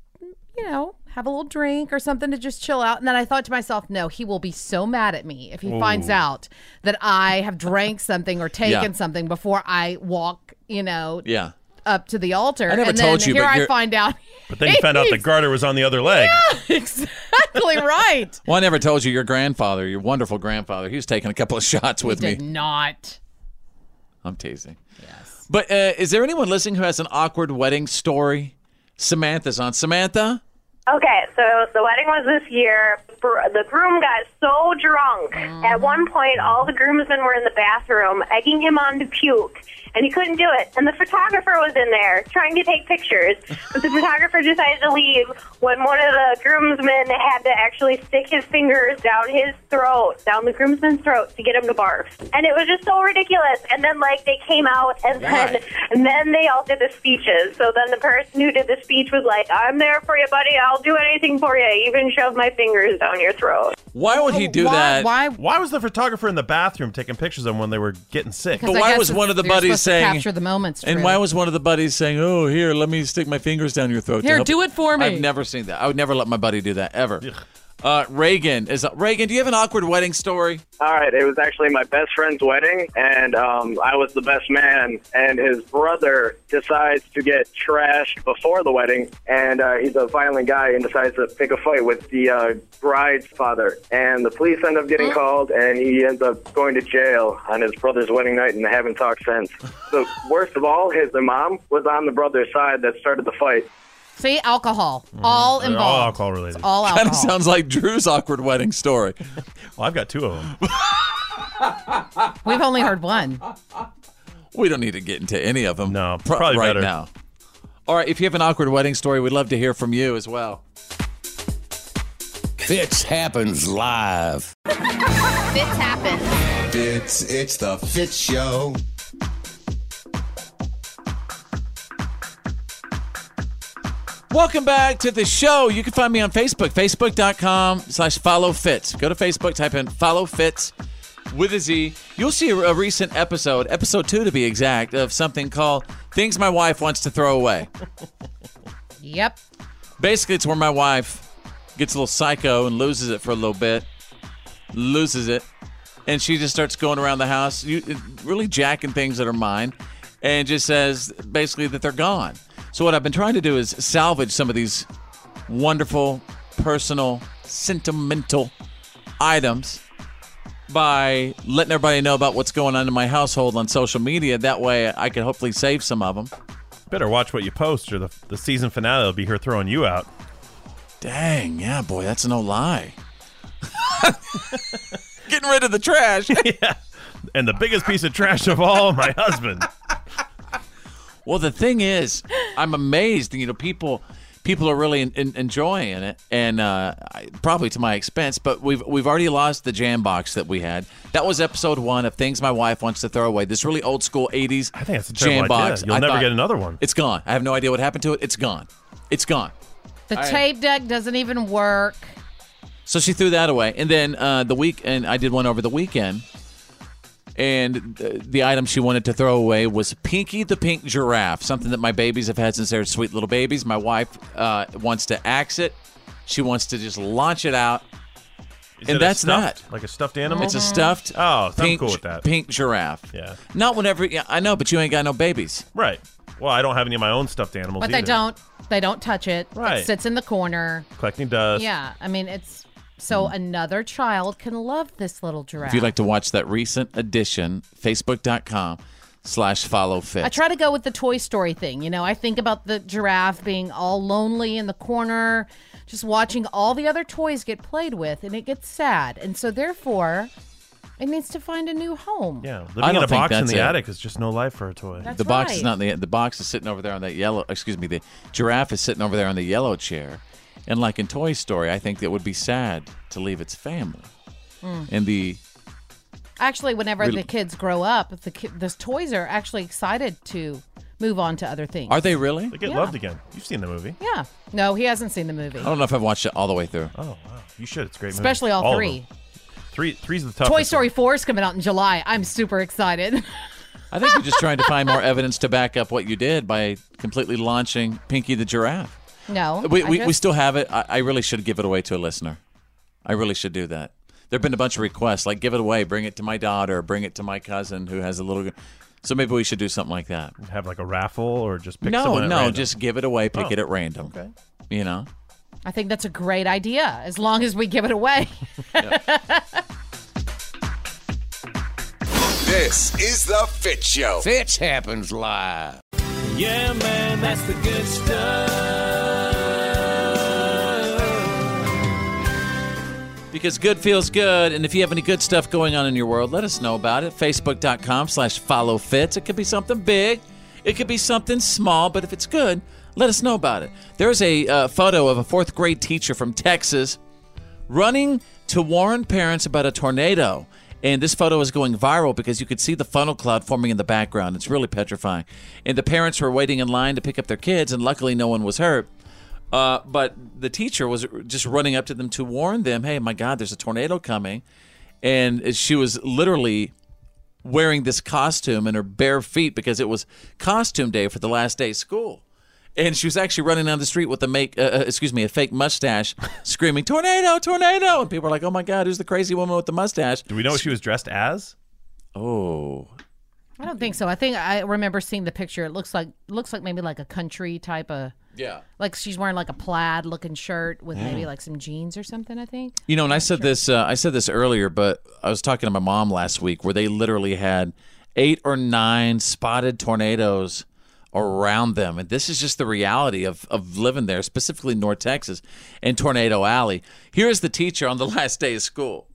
S5: you know have a little drink or something to just chill out. And then I thought to myself, no, he will be so mad at me if he finds
S17: Ooh.
S5: out that I have drank something or taken
S1: Yeah.
S5: something before I walk. You know,
S1: Yeah.
S5: up to the altar.
S2: I never
S5: and
S2: told
S5: then
S2: you,
S5: Here
S2: but
S5: I
S2: you're-
S5: find out.
S2: But then you found out the garter was on the other leg.
S5: exactly right.
S1: Well, I never told you your grandfather, your wonderful grandfather, he was taking a couple of shots with
S5: he
S1: me.
S5: did not.
S1: I'm teasing. Yes. But uh, is there anyone listening who has an awkward wedding story? Samantha's on. Samantha?
S18: Okay, so the wedding was this year. Br- The groom got so drunk.
S12: Mm.
S18: At one point, all the groomsmen were in the bathroom egging him on to puke, and he couldn't do it. And the photographer was in there trying to take pictures, but the photographer decided to leave when one of the groomsmen had to actually stick his fingers down his throat, down the groomsman's throat, to get him to barf. And it was just so ridiculous. And then, like, they came out, and then and then they all did the speeches. So then the person who did the speech was like, I'm there for you, buddy. I'll do anything for you, even shove my fingers down your throat.
S1: Why would he do that?
S5: Why?
S2: Why was the photographer in the bathroom taking pictures of them when they were getting sick?
S1: But why was one of the buddies saying?
S5: capture the moments,
S1: and
S5: Drew.
S1: why was one of the buddies saying, "Oh, here, let me stick my fingers down your throat"? to
S5: Here,
S1: help-"
S5: do it for me.
S1: I've never seen that. I would never let my buddy do that ever. Uh, Reagan is Reagan. Do you have an awkward wedding story?
S19: All right, it was actually my best friend's wedding, and um, I was the best man. And his brother decides to get trashed before the wedding, and uh, he's a violent guy and decides to pick a fight with the uh, bride's father. And the police end up getting called, and he ends up going to jail on his brother's wedding night, and they haven't talked since. the worst of all, his mom was on the brother's side that started the fight.
S5: See, alcohol, all
S19: They're all
S5: involved,
S2: alcohol related.
S5: It's all
S1: Kind of
S5: alcohol.
S1: sounds like Drew's awkward wedding story.
S2: well, I've got two of them.
S5: We've only heard one.
S1: We don't need to get into any of them. No,
S2: probably
S1: right
S2: better.
S1: now. All right, if you have an awkward wedding story, we'd love to hear from you as well.
S15: Fitz happens live.
S13: Fits happen.
S6: Fitz, it's the Fitz Show.
S1: Welcome back to the show. You can find me on Facebook, facebook.com slash follow fits. Go to Facebook, type in follow fits with a Z. You'll see a, a recent episode, episode two to be exact, of something called Things My Wife Wants to Throw Away.
S5: Yep.
S1: Basically, it's where my wife gets a little psycho and loses it for a little bit, loses it, and she just starts going around the house, you, really jacking things that are mine, and just says basically that they're gone. So, what I've been trying to do is salvage some of these wonderful, personal, sentimental items by letting everybody know about what's going on in my household on social media. That way, I can hopefully save some of them.
S2: Better watch what you post, or the, the season finale will be her throwing you out.
S1: Dang, yeah, boy, that's no lie. Getting rid of the trash.
S2: yeah. And the biggest piece of trash of all, my husband.
S1: Well, the thing is, I'm amazed. You know, people people are really en- en- enjoying it, and uh, I- probably to my expense. But we've we've already lost the jam box that we had. That was episode one of things my wife wants to throw away. This really old school '80s I think
S2: That's a terrible
S1: jam
S2: idea.
S1: box.
S2: You'll
S1: I
S2: never
S1: thought,
S2: get another one.
S1: It's gone. I have no idea what happened to it. It's gone. It's gone.
S5: The
S1: I-
S5: tape deck doesn't even work.
S1: So she threw that away, and then uh, the week, and I did one over the weekend. And the, the item she wanted to throw away was Pinky the Pink Giraffe, something that my babies have had since they were sweet little babies. My wife uh, wants to axe it. She wants to just launch it out. and
S2: it a
S1: that's
S2: stuffed-
S1: not
S2: like a stuffed animal.
S1: It's a stuffed.
S2: Oh, so
S1: pink,
S2: I'm cool with that.
S1: Pink giraffe.
S2: Yeah.
S1: Not whenever. Yeah, I know, but you ain't got no babies.
S2: Right. Well, I don't have any of my own stuffed animals.
S5: But
S2: either.
S5: they don't. They don't touch it.
S2: Right.
S5: It sits in the corner.
S2: collecting dust.
S5: yeah. I mean, it's so
S2: Hmm.
S5: another child can love this little giraffe.
S1: If you'd like to watch that recent edition, facebook.com slash follow
S5: I
S1: fit.
S5: try to go with the Toy Story thing. You know, I think about the giraffe being all lonely in the corner, just watching all the other toys get played with, and it gets sad. And so, therefore, it needs to find a new home.
S1: I
S2: Yeah. Living in
S1: don't
S2: a
S1: think
S2: box in
S1: that's
S2: the
S1: it.
S2: attic is just no life for a toy.
S5: That's
S1: the box is
S5: right.
S1: not in the the box is sitting over there on that yellow excuse me, the giraffe is sitting over there on the yellow chair. And like in Toy Story, I think it would be sad to leave its family.
S5: Mm.
S1: And the
S5: Actually, whenever
S1: Rel-
S5: the kids grow up, the ki- the toys are actually excited to move on to other things.
S1: Are they really? They
S2: get
S5: Yeah.
S2: loved again. Oh, You've seen the movie.
S5: Yeah. No, he hasn't seen the movie.
S1: I don't know if I've watched it all the way through.
S2: Oh wow. You should. It's a great. movie.
S5: Especially all
S2: of
S5: three.
S2: them. Three. Three's the toughest.
S5: Toy Story 4 is coming out in July. I'm super excited.
S1: I think you're just trying to find more evidence to back up what you did by completely launching Pinky the Giraffe.
S5: no.
S1: We,
S5: I
S1: we, we
S5: just-
S1: still have it. I, I really should give it away to a listener. I really should do that. There have been a bunch of requests like give it away, bring it to my daughter, bring it to my cousin who has a little. g- So maybe we should do something like that.
S2: Have like a raffle or just pick
S1: no,
S2: someone at
S1: no,
S2: random.
S1: just give it away, pick
S2: Oh,
S1: it at random. Okay. You know,
S5: I think that's a great idea as long as we give it away.
S15: This is the Fit Show. Fitch happens live.
S4: Yeah, man, that's the good stuff.
S1: because good feels good. And if you have any good stuff going on in your world, let us know about it. Facebook.com slash follow fits. It could be something big, it could be something small, but if it's good, let us know about it. There's a uh, photo of a fourth grade teacher from Texas running to warn parents about a tornado. And this photo is going viral because you could see the funnel cloud forming in the background. It's really petrifying. And the parents were waiting in line to pick up their kids, and luckily no one was hurt. Uh, but the teacher was just running up to them to warn them, "Hey, my God, there's a tornado coming," and she was literally wearing this costume in her bare feet because it was costume day for the last day of school, and she was actually running down the street with a make, uh, uh, excuse me, a fake mustache, screaming "tornado, tornado!" and people are like, "Oh my God, who's the crazy woman with the mustache?" Do
S2: we know what she was dressed as?
S1: Oh,
S5: I don't think so. I think I remember seeing the picture. It looks like looks like maybe like a country type of
S1: Yeah.
S5: Like she's wearing like a plaid looking shirt with maybe
S1: Mm.
S5: like some jeans or something, I think.
S1: You know, and I said this. Uh, I said this earlier, but I was talking to my mom last week, where they literally had eight or nine spotted tornadoes around them, and this is just the reality of of living there, specifically North Texas and Tornado Alley. Here is the teacher on the last day of school.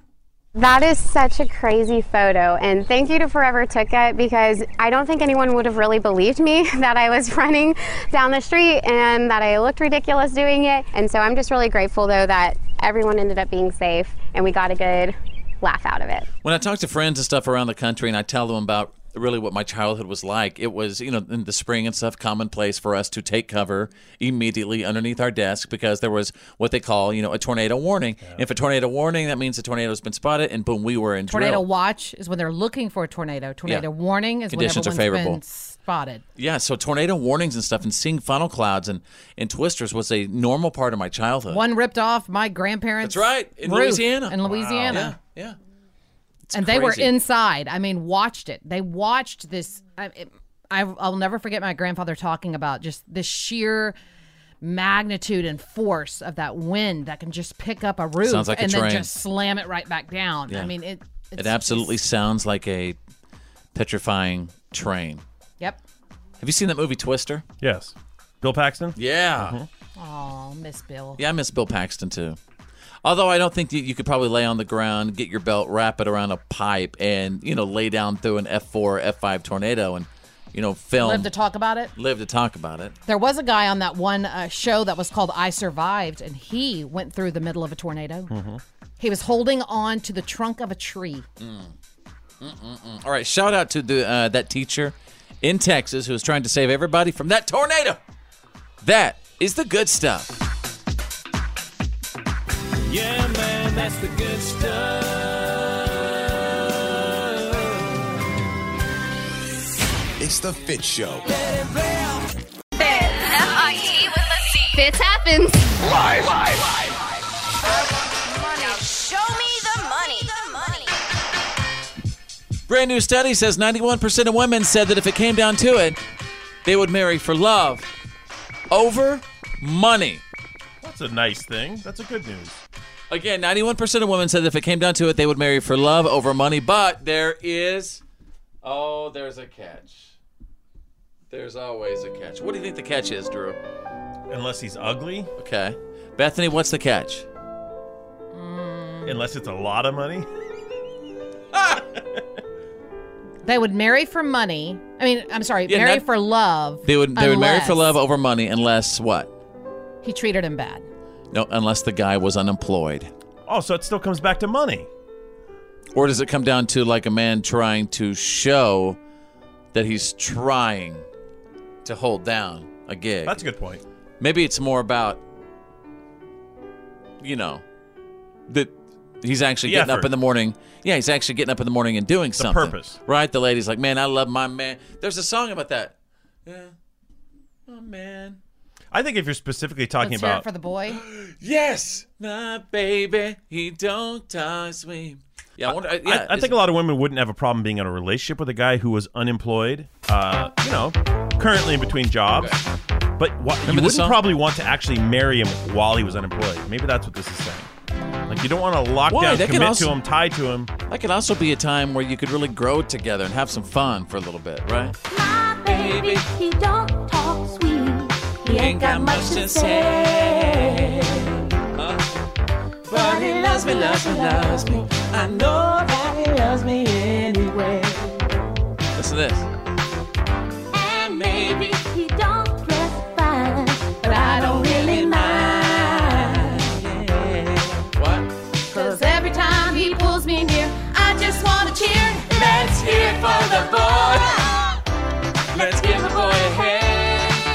S17: That is such a crazy photo, and thank you to Forever Took It because I don't think anyone would have really believed me that I was running down the street and that I looked ridiculous doing it. And so I'm just really grateful though that everyone ended up being safe and we got a good laugh out of it.
S1: When I talk to friends and stuff around the country, and I tell them about really what my childhood was like, it was you know in the spring and stuff commonplace for us to take cover immediately underneath our desk because there was what they call you know a tornado warning. If a tornado warning, that means a tornado's been spotted, and boom, we were in
S5: Tornado
S1: drill.
S5: watch is when they're looking for a tornado. Tornado warning is
S1: Conditions are
S5: when everyone's
S1: favorable.
S5: been spotted.
S1: Yeah, so tornado warnings and stuff, and seeing funnel clouds and, and twisters was a normal part of my childhood.
S5: One ripped off my grandparents.
S1: That's right, in
S5: roof
S1: Louisiana.
S5: In
S1: Wow.
S5: Louisiana.
S1: Yeah, yeah.
S5: and they were
S1: crazy.
S5: inside. I mean, watched it. They watched this. I, it, I, I'll never forget my grandfather talking about just the sheer magnitude and force of that wind that can just pick up a roof
S1: Sounds like a
S5: and then
S1: train.
S5: just slam it right back down.
S1: Yeah.
S5: I mean, it. It's,
S1: It absolutely sounds like a petrifying train.
S5: Yep.
S1: Have you seen that movie Twister?
S2: Yes. Bill Paxton? Mm-hmm.
S1: Yeah.
S5: Oh, Miss Bill.
S1: Yeah, I miss Bill Paxton too. Although I don't think that you could probably lay on the ground, get your belt, wrap it around a pipe, and you know lay down through an F4, F5 tornado, and you know film
S5: Live to talk about it.
S1: live to talk about it.
S5: There was a guy on that one uh, show that was called I Survived, and he went through the middle of a tornado.
S2: Mm-hmm.
S5: He was holding on to the trunk of a tree.
S1: Mm. Mm-mm. mm, All right, shout out to the uh, that teacher in Texas who was trying to save everybody from that tornado. That is the good stuff.
S4: Yeah, man, that's the good stuff.
S15: It's the Fit Show.
S13: Fitz. F-I-T E with a C. Fitz happens.
S15: Live.
S13: Show me
S1: Brand new study says 91% of women said that if it came down to it, they would marry for love over money.
S2: That's a nice thing. That's a good news.
S1: Again, 91% of women said that if it came down to it, they would marry for love over money, but there is. Oh, there's a catch. There's always a catch. What do you think the catch is, Drew?
S2: Unless he's ugly.
S1: Okay. Bethany, what's the catch?
S2: Unless it's a lot of money.
S5: They would marry for money. I mean, I'm sorry,
S1: Yeah,
S5: marry
S1: not-
S5: for love.
S1: They would they would marry for
S5: unless
S1: love over money unless what?
S5: He treated him bad.
S1: No, unless the guy was unemployed.
S2: Oh, so it still comes back to money.
S1: Or does it come down to like a man trying to show that he's trying to hold down a gig?
S2: That's a good point.
S1: Maybe it's more about you know that he's actually
S2: The
S1: getting up
S2: effort.
S1: in the morning. Yeah, he's actually getting up in the morning and doing something.
S2: purpose.
S1: Right? The lady's like, "Man, I love my man." There's a song about that. Yeah. Oh man.
S2: I think if you're specifically talking
S5: Let's hear it
S2: about
S5: for the boy.
S1: yes. My baby, he don't talk sweet. Yeah, I wonder. I, yeah,
S2: I, I
S1: is-
S2: think a lot of women wouldn't have a problem being in a relationship with a guy who was unemployed, uh, you know, currently in between jobs. But wha- you
S1: the
S2: wouldn't
S1: song?
S2: probably want to actually marry him while he was unemployed. Maybe that's what this is saying. Like, you don't want to lock
S1: Why?
S2: down,
S1: That can
S2: commit
S1: also-
S2: to him, tie to him.
S1: That could also be a time where you could really grow together and have some fun for a little bit, right?
S20: Baby, he don't talk sweet. He ain't got much to say. But he loves me, loves me, loves me. I know that he loves me anyway.
S1: Listen to this.
S20: And maybe he don't dress fine, but I don't really mind.
S1: What?
S20: Cause every time he pulls me near, I just wanna cheer. Let's hear it for the boy. Let's give the boy a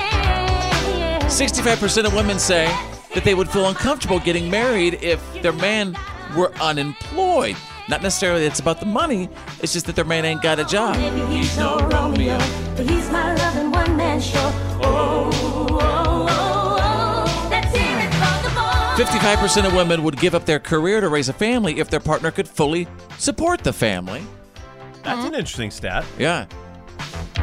S20: hand.
S1: 65% of women say that they would feel uncomfortable getting married if their man were unemployed. Not necessarily it's about the money, it's just that their man ain't got a job.
S20: He's no Romeo, but he's my loving one man show. Oh, oh, oh, oh. Let's hear it for the
S1: 55%
S20: boy.
S1: of women would give up their career to raise a family if their partner could fully support the family.
S2: That's an interesting stat.
S1: Yeah.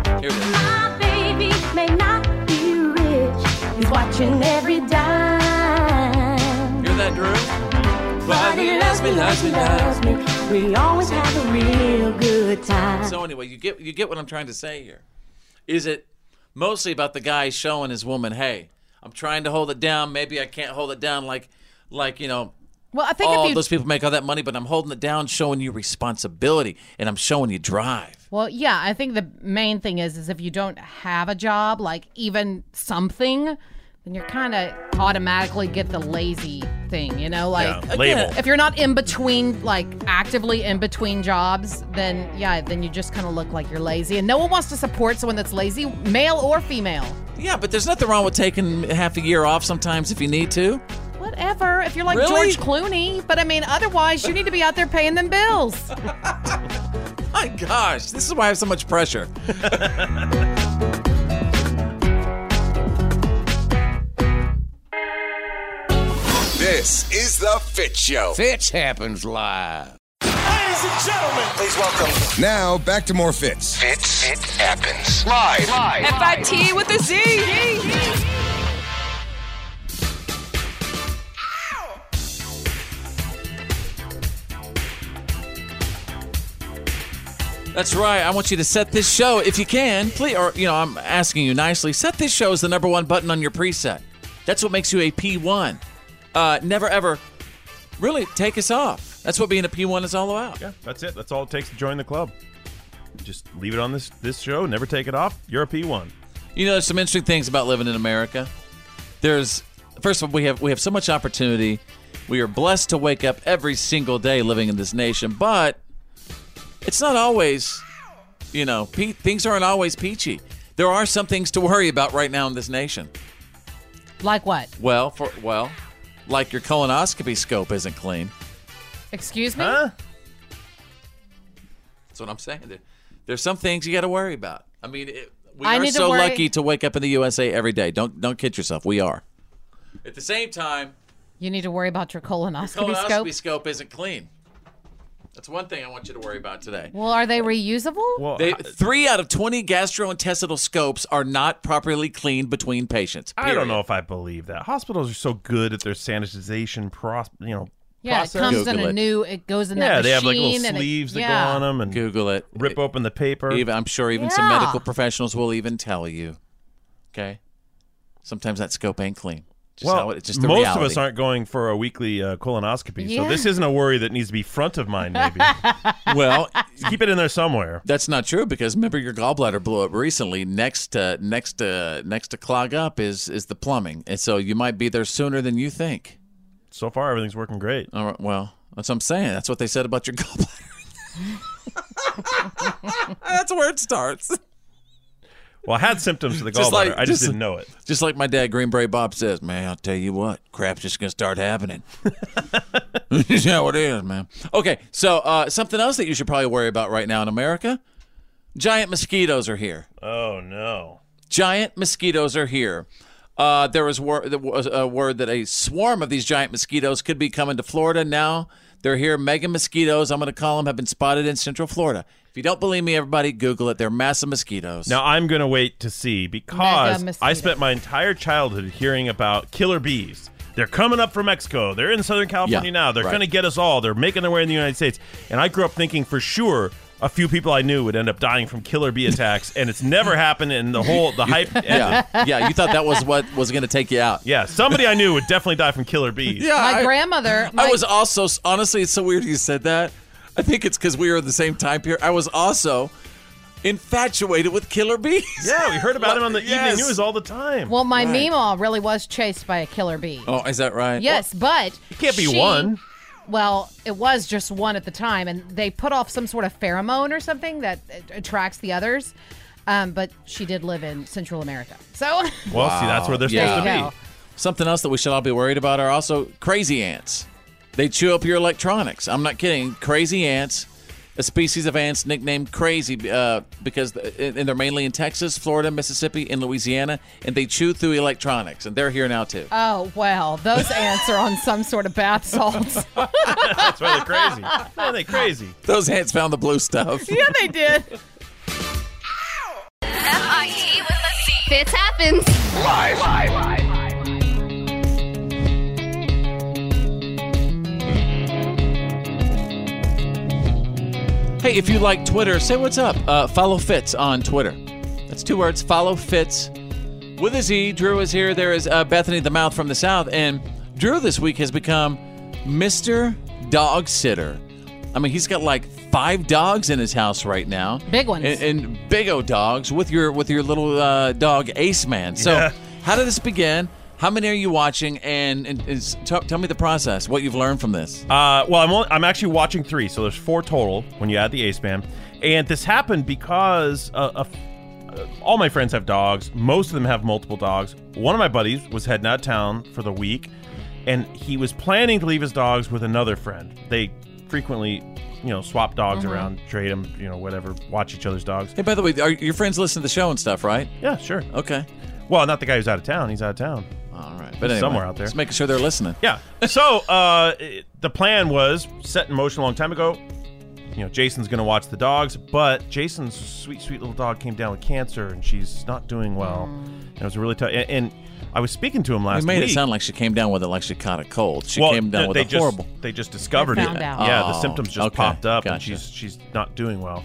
S20: My baby may not be rich, he's watching every dime.
S1: Hear that, Drew?
S20: But he loves me, loves me, loves me. We always have a real good time.
S1: So anyway, you get you get what I'm trying to say here. Is it mostly about the guy showing his woman, "Hey, I'm trying to hold it down. Maybe I can't hold it down like like, you know,
S5: Well, I think
S1: all
S5: if you
S1: those people make all that money, but I'm holding it down, showing you responsibility, and I'm showing you drive.
S5: Well, yeah, I think the main thing is is if you don't have a job, like even something, then you're kind of automatically get the lazy thing, you know, like
S2: Yeah, label.
S5: if you're not in between like actively in between jobs, then yeah, then you just kind of look like you're lazy and no one wants to support someone that's lazy, male or female.
S1: Yeah, but there's nothing wrong with taking half a year off sometimes if you need to.
S5: Whatever. If you're like
S1: Really?
S5: George Clooney, but I mean otherwise you need to be out there paying them bills.
S1: My gosh, this is why I have so much pressure.
S15: This is the Fit Show. Fitch happens live.
S6: Ladies and gentlemen, please welcome. Now back to more fits. Fits. It happens live.
S11: F-I-T with a Z.
S1: That's right. I want you to set this show if you can, please. Or you know, I'm asking you nicely. Set this show as the number one button on your preset. That's what makes you a P1. Uh, never ever, really take us off. That's what being a P1 is all about.
S2: Yeah, that's it. That's all it takes to join the club. Just leave it on this this show. Never take it off. You're a P1.
S1: You know, there's some interesting things about living in America. There's first of all, we have we have so much opportunity. We are blessed to wake up every single day living in this nation, but it's not always, you know, pe- things aren't always peachy. There are some things to worry about right now in this nation.
S5: like what?
S1: Well, for well, like your colonoscopy scope isn't clean.
S5: Excuse me?
S1: That's what I'm saying. There, there's some things you got to worry about. I mean, it, we
S5: I
S1: are
S5: need to
S1: so
S5: worry-
S1: lucky to wake up in the USA every day. Don't don't kid yourself. We are. At the same time,
S5: You need to worry about your colonoscopy,
S1: colonoscopy
S5: scope.
S1: scope. isn't clean. That's one thing I want you to worry about today.
S5: Well, are they reusable?
S1: They, three out of 20 gastrointestinal scopes are not properly cleaned between patients.
S2: I don't know if I believe that. Hospitals are so good at their sanitization pro, you know,
S5: Yeah, it
S2: process.
S5: comes in a new. It goes in
S2: yeah,
S5: that
S2: they have
S5: machine.
S2: like little
S5: and it-
S2: sleeves that
S5: yeah.
S2: go on them and
S1: Google it.
S2: Rip open the paper.
S1: Even, I'm sure even some
S5: Yeah.
S1: medical professionals will even tell you. Okay? Sometimes that scope ain't clean. Just how
S2: well,
S1: it- it's just the
S2: most
S1: reality.
S2: of us aren't going for a weekly uh, colonoscopy,
S1: Yeah.
S2: so this isn't a worry that needs to be front of mind. Maybe
S1: well,
S2: keep it in there somewhere.
S1: That's not true because remember your gallbladder blew up recently. Next, uh, next, uh, next to clog up is is the plumbing, and so you might be there sooner than you think.
S2: So far, everything's working great.
S1: All right. Well, that's what I'm saying. That's what they said about your gallbladder. that's where it starts.
S2: Well, I had symptoms of the gallbladder.
S1: Just like-
S2: I just,
S1: just-
S2: didn't know it.
S1: Just like my dad, Green Bray Bob says, man, I'll tell you what, crap's just gonna start happening. That's how it is, man. Okay, so uh, something else that you should probably worry about right now in America: giant mosquitoes are here.
S2: Oh no!
S1: Giant mosquitoes are here. Uh, there was, wor- there was a word that a swarm of these giant mosquitoes could be coming to Florida. Now they're here. Mega mosquitoes, I'm going to call them, have been spotted in Central Florida. If you don't believe me, everybody Google it. They're massive mosquitoes.
S2: Now I'm gonna wait to see
S1: Mega
S2: because
S1: mosquito.
S2: I spent my entire childhood hearing about killer bees. They're coming up from Mexico. They're in Southern California
S1: Yeah,
S2: now. They're
S1: right.
S2: gonna get us all. They're making their way in the United States. And I grew up thinking for sure a few people I knew would end up dying from killer bee attacks, and it's never happened. And the whole the hype.
S1: yeah, yeah. You thought that was what was going to take you out.
S2: Yeah, somebody I knew would definitely die from killer bees.
S1: Yeah,
S5: my
S1: I-
S5: grandmother. My,
S1: I was also honestly, it's so weird you said that. I think it's because we were in the same time period. I was also infatuated with killer bees.
S2: Yeah, we heard about him on the
S1: Yes.
S2: evening news all the time.
S5: well, my
S1: Oh, Right.
S5: Meemaw really was chased by a killer bee.
S1: Oh, is that right?
S5: Yes, but it
S1: can't be one.
S5: Well, it was just one at the time, and they put off some sort of pheromone or something that a- attracts the others. Um, but she did live in Central America, so
S2: Well, see, that's where they're
S1: Yeah.
S2: supposed
S5: There you
S2: to
S5: go.
S2: be.
S1: Something else that we should all be worried about are also crazy ants. They chew up your electronics. I'm not kidding. Crazy ants, a species of ants nicknamed crazy uh, because th- and they're mainly in Texas, Florida, Mississippi, and Louisiana, and they chew through electronics, and they're here now too.
S5: Oh well, those ants are on some sort of bath salts.
S2: That's why they're crazy. Why are they crazy?
S1: Those ants found the blue stuff.
S5: yeah, they did.
S13: F-I-T E with a C. Fits happens.
S15: Live. Live.
S1: Hey, if you like Twitter, say what's up. Uh, follow Fitz on Twitter. That's two words. Follow Fitz with a Z. Drew is here. There is uh, Bethany the Mouth from the South. And Drew this week has become Mr. Dog Sitter. I mean, he's got like five dogs in his house right now.
S5: Big ones.
S1: And, and big O dogs with your with your little uh, dog Ace Man. So,
S2: Yeah.
S1: how did this begin? How many are you watching? And, and is, t- tell me the process. What you've learned from this.
S2: Uh, well, I'm, only, I'm actually watching three, so there's four total when you add the ace man. And this happened because uh, a f- uh, all my friends have dogs. Most of them have multiple dogs. One of my buddies was heading out of town for the week, and he was planning to leave his dogs with another friend. They frequently, you know, swap dogs
S1: Mhm.
S2: around, trade them, you know, whatever, watch each other's dogs.
S1: Hey, by the way, are your friends listen to the show and stuff, right?
S2: Yeah, sure.
S1: Okay.
S2: Well, not the guy who's out of town. He's out of town.
S1: All right.
S2: He's
S1: But anyway,
S2: somewhere out there.
S1: Just making sure they're listening.
S2: Yeah. So uh, it- the plan was set in motion a long time ago. You know, Jason's going to watch the dogs, but Jason's sweet, sweet little dog came down with cancer, and she's not doing well. And it was really tough. And, and I was speaking to him last
S1: Mm. You made
S2: week.
S1: it sound like she came down with it, like she caught a cold. She
S2: Well,
S1: came down
S2: th-
S1: with
S2: they
S1: a
S2: just,
S1: horrible.
S2: They just discovered
S1: They
S2: it.
S1: found out.
S2: Yeah, the
S1: Oh,
S2: symptoms just
S1: okay,
S2: popped up, and
S1: gotcha.
S2: she's she's not doing well.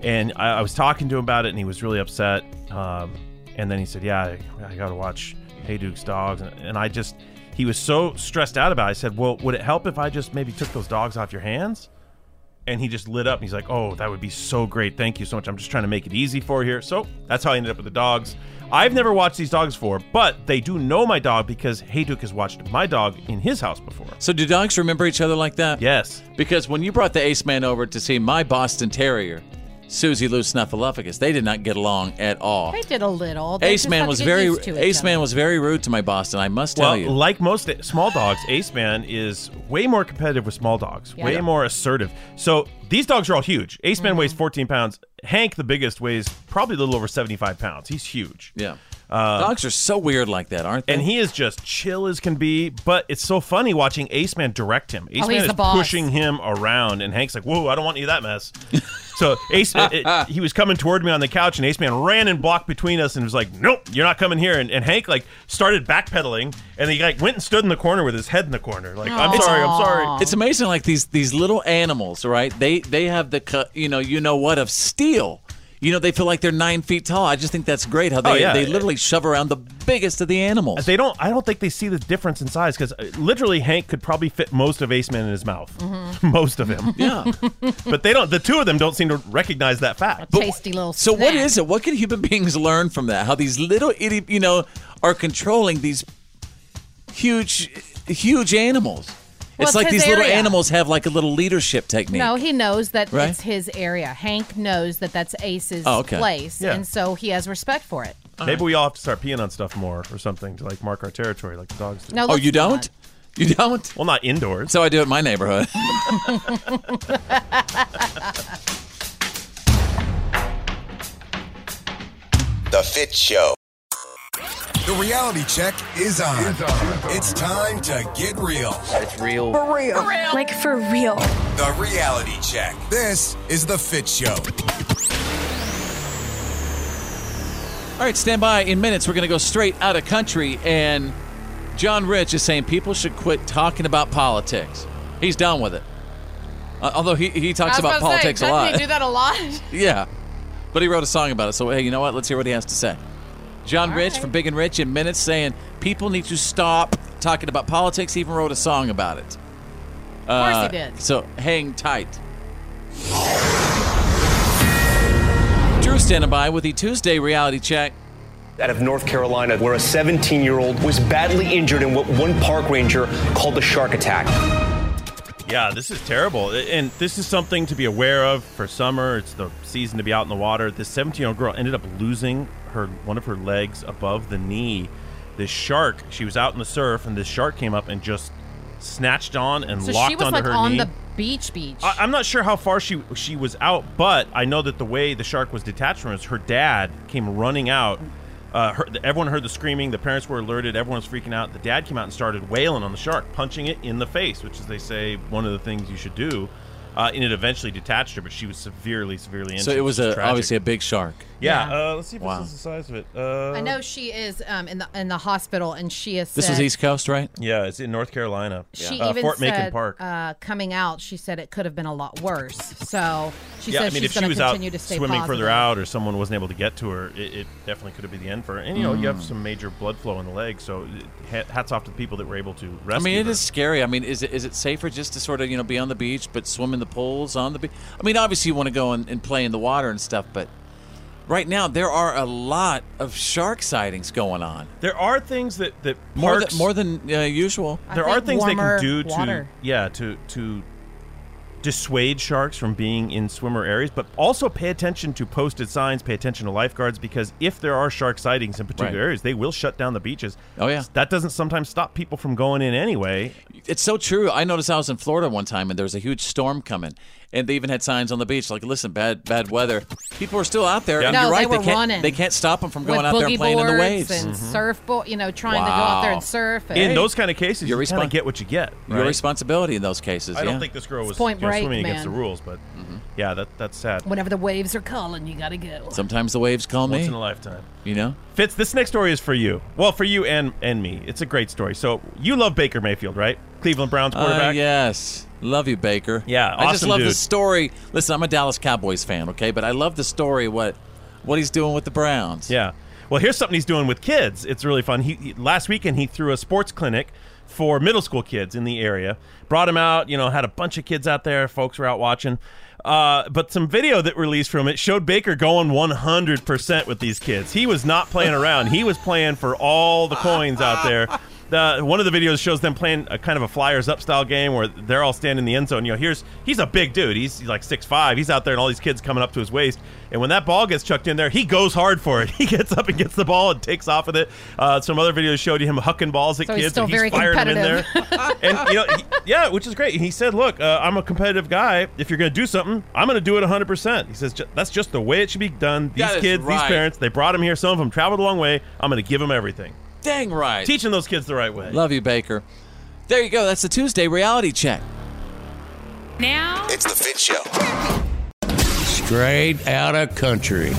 S2: And I, I was talking to him about it, and he was really upset. Um, and then he said, "Yeah, I, I got to watch Hey Duke's dogs." And, and I just he was so stressed out about. it. I said, "Well, would it help if I just maybe took those dogs off your hands?" And he just lit up. And he's like, "Oh, that would be so great! Thank you so much. I'm just trying to make it easy for you here." So that's how I ended up with the dogs. I've never watched these dogs before, but they do know my dog because Hey Duke has watched my dog in his house before.
S1: So do dogs remember each other like that?
S2: Yes.
S1: Because when you brought the Ace Man over to see my Boston Terrier, Susie Lou Snuffleupagus, they did not get along at all.
S5: They did a little. They
S1: Ace
S5: just
S1: Man
S5: have to
S1: was
S5: get
S1: very
S5: used to it,
S1: Ace
S5: though.
S1: Man was very rude to my Boston. I must tell
S2: Well,
S1: you.
S2: like most small dogs, Ace Man is way more competitive with small dogs,
S1: Yeah.
S2: way
S1: Yeah.
S2: more assertive. So these dogs are all huge. Ace
S5: Mm-hmm.
S2: Man weighs 14 pounds. Hank, the biggest, weighs probably a little over 75 pounds. He's huge.
S1: Yeah.
S2: Dogs
S1: are so weird like that, aren't they?
S2: And he is just chill as can be, but it's so funny watching Ace Man direct him. Ace
S5: Oh,
S2: Man
S5: he's
S2: is
S5: the boss.
S2: pushing him around, and Hank's like, "Whoa, I don't want any of that mess." so Ace, it- it- he was coming toward me on the couch, and Ace Man ran and blocked between us, and was like, "Nope, you're not coming here." And, and Hank like started backpedaling, and he like went and stood in the corner with his head in the corner, like, "I'm sorry, I'm sorry."
S1: It's amazing, like these these little animals, right? They they have the cu- you know you know what of steel. You know they feel like they're nine feet tall. I just think that's great how they
S2: Oh, yeah.
S1: they literally shove around the biggest of the animals.
S2: They don't. I don't think they see the difference in size because literally Hank could probably fit most of Ace Man in his mouth,
S5: Mm-hmm.
S2: most of him.
S1: Yeah,
S2: but they don't. The two of them don't seem to recognize that fact.
S5: tasty little.
S1: So what is it? What can human beings learn from that? How these little itty you know are controlling these huge huge animals.
S5: Well,
S1: it's
S5: it's
S1: like
S5: his
S1: these little
S5: area.
S1: animals have like a little leadership technique.
S5: No, he knows that
S1: Right?
S5: it's his area. Hank knows that that's Ace's
S2: Oh, okay.
S5: place,
S2: Yeah.
S5: and so he has respect for it.
S2: Maybe we all have to start peeing on stuff more or something to like mark our territory, like the dogs do.
S5: No, Oh, let's you
S1: don't? You don't?
S2: Well, not indoors.
S1: So I do it in my neighborhood.
S6: The Fit Show. The reality check is on. It's, time to get real. It's real.
S12: For real. Like for real.
S6: The reality check. This is The Fit Show.
S1: All right, stand by. In minutes, we're going to go straight out of country. And John Rich is saying people should quit talking about politics. He's done with it. Uh, although he, he talks about politics a lot.
S5: do that a lot?
S1: yeah. But he wrote a song about it. So, hey, you know what? Let's hear what he has to say. John Rich from Big and Rich in minutes saying people need to stop talking about politics. He even wrote a song about it. Of
S5: course he did.
S1: So, hang tight. Drew standing by with the Tuesday reality check.
S21: Out of North Carolina, where a 17 year old was badly injured in what one park ranger called a shark attack.
S2: Yeah, this is terrible. And this is something to be aware of for summer. It's the season to be out in the water. This 17 year old girl ended up losing her one of her legs above the knee. This shark, she was out in the surf, and this shark came up and just snatched on and
S5: So
S2: locked
S5: she was
S2: onto
S5: like
S2: her
S5: on
S2: knee.
S5: the beach, beach.
S2: I, I'm not sure how far she she was out, but I know that the way the shark was detached from us, her dad came running out. Uh, her, everyone heard the screaming. The parents were alerted. Everyone was freaking out. The dad came out and started wailing on the shark, punching it in the face, which is they say one of the things you should do. Uh, and it eventually detached her, but she was severely, severely injured.
S1: So it was
S2: which is
S1: a,
S2: tragic.
S1: obviously a big shark.
S2: Yeah. Uh, let's see if
S1: Wow.
S2: this is the size of it. Uh,
S5: I know she is um, in the in the hospital, and she is.
S1: This was East Coast, right?
S2: Yeah, it's in North Carolina.
S5: She
S2: uh,
S5: even
S2: Fort
S5: said,
S2: Macon Park.
S5: Uh, coming out, she said it could have been a lot worse. So she
S2: yeah,
S5: says
S2: I mean,
S5: she's
S2: if she
S5: going
S2: was out
S5: continue to stay
S2: swimming
S5: positive.
S2: further out, or someone wasn't able to get to her, it, it definitely could have been the end for her. And you know, you
S1: Mm.
S2: have some major blood flow in the leg, so it- hats off to the people that were able to rescue.
S1: I mean, it
S2: her.
S1: is scary. I mean, is it is it safer just to sort of you know be on the beach but swim in the pools on the beach? I mean, obviously you want to go and, and play in the water and stuff, but right now there are a lot of shark sightings going on.
S2: There are things that that
S1: More
S2: parks-
S1: than, more than uh, usual.
S2: there are things they can do
S5: water.
S2: to yeah to to dissuade sharks from being in swimmer areas but also pay attention to posted signs pay attention to lifeguards because if there are shark sightings in particular
S1: Right.
S2: areas they will shut down the beaches
S1: Oh, yeah.
S2: that doesn't sometimes stop people from going in anyway
S1: It's so true. I noticed I was in Florida one time and there was a huge storm coming, and they even had signs on the beach like, "Listen, bad bad weather." People are still out there, and
S5: No,
S1: you're
S5: they
S1: right. They,
S5: were
S1: can't
S5: running.
S1: they can't stop them from
S5: With
S1: going out there and
S5: boogie
S1: playing in the
S5: boards
S1: waves.
S5: and
S2: Mm-hmm.
S5: surfboard, you know, trying to go out there
S1: Wow.
S5: and surf. And,
S2: in those kind of cases
S1: Your
S2: you kind
S1: respon-
S2: of get what you get
S1: Your
S2: right?
S1: responsibility in those cases.
S2: I
S1: yeah. Mm-hmm.
S2: don't think this girl was
S5: Point
S2: you know,
S5: Break,
S2: swimming against the
S5: man.
S2: rules, but yeah, that that's sad.
S5: whenever the waves are calling, you got to go.
S1: Sometimes the waves call me.
S2: Once in a lifetime.
S1: You know?
S2: Fitz, this next story is for you. Well, for you and and me. It's a great story. So you love Baker Mayfield, right? Cleveland Browns
S1: Uh,
S2: quarterback.
S1: yes. Love you, Baker.
S2: Yeah,
S1: I just
S2: awesome
S1: love the
S2: dude.
S1: story. Listen, I'm a Dallas Cowboys fan, okay, but I love the story what what he's doing with the Browns.
S2: Yeah. Well, here's something he's doing with kids. It's really fun. He, he- last weekend he threw a sports clinic for middle school kids in the area. Brought him out, you know, had a bunch of kids out there. Folks were out watching. Uh, but some video that released from it showed Baker going 100% with these kids. He was not playing around. He was playing for all the coins out there. the one of the videos shows them playing a kind of a Flyers up style game where they're all standing in the end zone. You know, here's he's a big dude. He's, he's like six five. He's out there, and all these kids coming up to his waist. And when that ball gets chucked in there, he goes hard for it. He gets up and gets the ball and takes off with it. Uh, some other videos showed him hucking balls at
S5: So he's
S2: kids,
S5: still
S2: and he's
S5: very
S2: firing them in
S5: competitive.
S2: there. and you know, he- yeah, which is great. And he said, "Look, uh, I'm a competitive guy. If you're going to do something, I'm going to do it 100." percent He says, "Ju- "That's just the way it should be done. These
S1: That is
S2: kids,
S1: right.
S2: these parents, they brought him here. Some of them traveled a long way. I'm going to give them everything.
S1: Dang right.
S2: Teaching those kids the right way.
S1: Love you, Baker. There you go. That's the Tuesday reality check.
S3: Now it's the Fit Show.
S15: Straight out of country.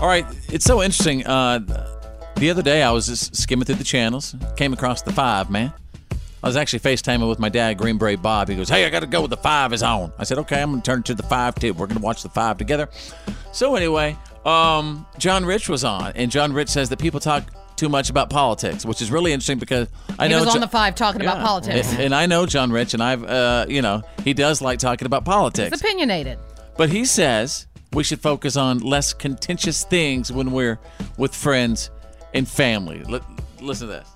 S1: All right, it's so interesting. Uh, the other day, I was just skimming through the channels, came across the five, man. I was actually FaceTiming with my dad, Green Beret Bob. He goes, Hey, I got to go with the five is on. I said, Okay, I'm going to turn it to the five, too. We're going to watch the five together. So, anyway, um, John Rich was on, and John Rich says that people talk too much about politics, which is really interesting because I
S5: he
S1: know.
S5: was
S1: Jo-
S5: on the five talking about
S1: Yeah.
S5: politics.
S1: And, and I know John Rich, and I've, uh, you know, he does like talking about politics.
S5: It's opinionated.
S1: But he says we should focus on less contentious things when we're with friends and family. Li- listen to this.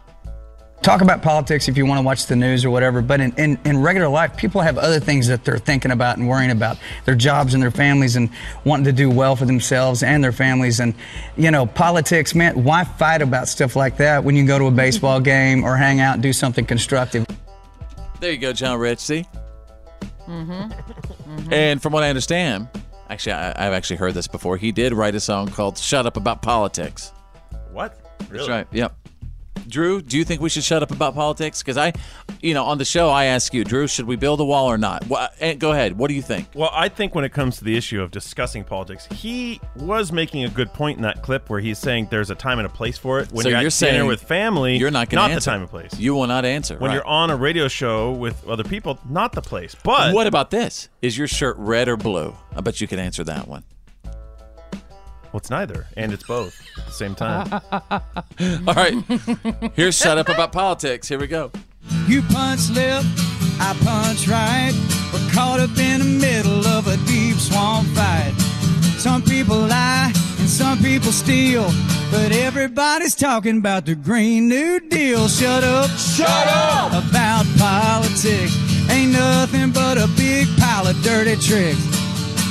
S22: talk about politics if you want to watch the news or whatever, but in, in, in regular life, people have other things that they're thinking about and worrying about their jobs and their families and wanting to do well for themselves and their families. And, you know, politics, man, why fight about stuff like that when you can go to a baseball game or hang out and do something constructive?
S1: There you go, John Rich. See?
S5: Mm-hmm.
S1: And from what I understand, actually, I, I've actually heard this before. He did write a song called Shut Up About Politics.
S2: What? Really?
S1: That's right. Yep. Drew, do you think we should shut up about politics? Because I, you know, on the show, I ask you, Drew, should we build a wall or not? Wha- eh, go ahead. What do you think?
S2: Well, I think when it comes to the issue of discussing politics, he was making a good point in that clip where he's saying there's a time and a place for it. When
S1: so
S2: you're,
S1: you're,
S2: at
S1: saying
S2: dinner with family,
S1: you're not going to
S2: not
S1: answer.
S2: the time and place.
S1: You will not answer.
S2: When
S1: right.
S2: you're on a radio show with other people, not the place. But
S1: what about this? Is your shirt red or blue? I bet you can answer that one.
S2: Well, it's neither, and it's both at the same
S1: Uh,
S2: time.
S1: All right, here's shut up about politics. Here we go.
S23: You punch left, I punch right. We're caught up in the middle of a deep swamp fight. Some people lie and some people steal, but everybody's talking about the Green New Deal. Shut up, shut up about politics. Ain't nothing but a big pile of dirty tricks.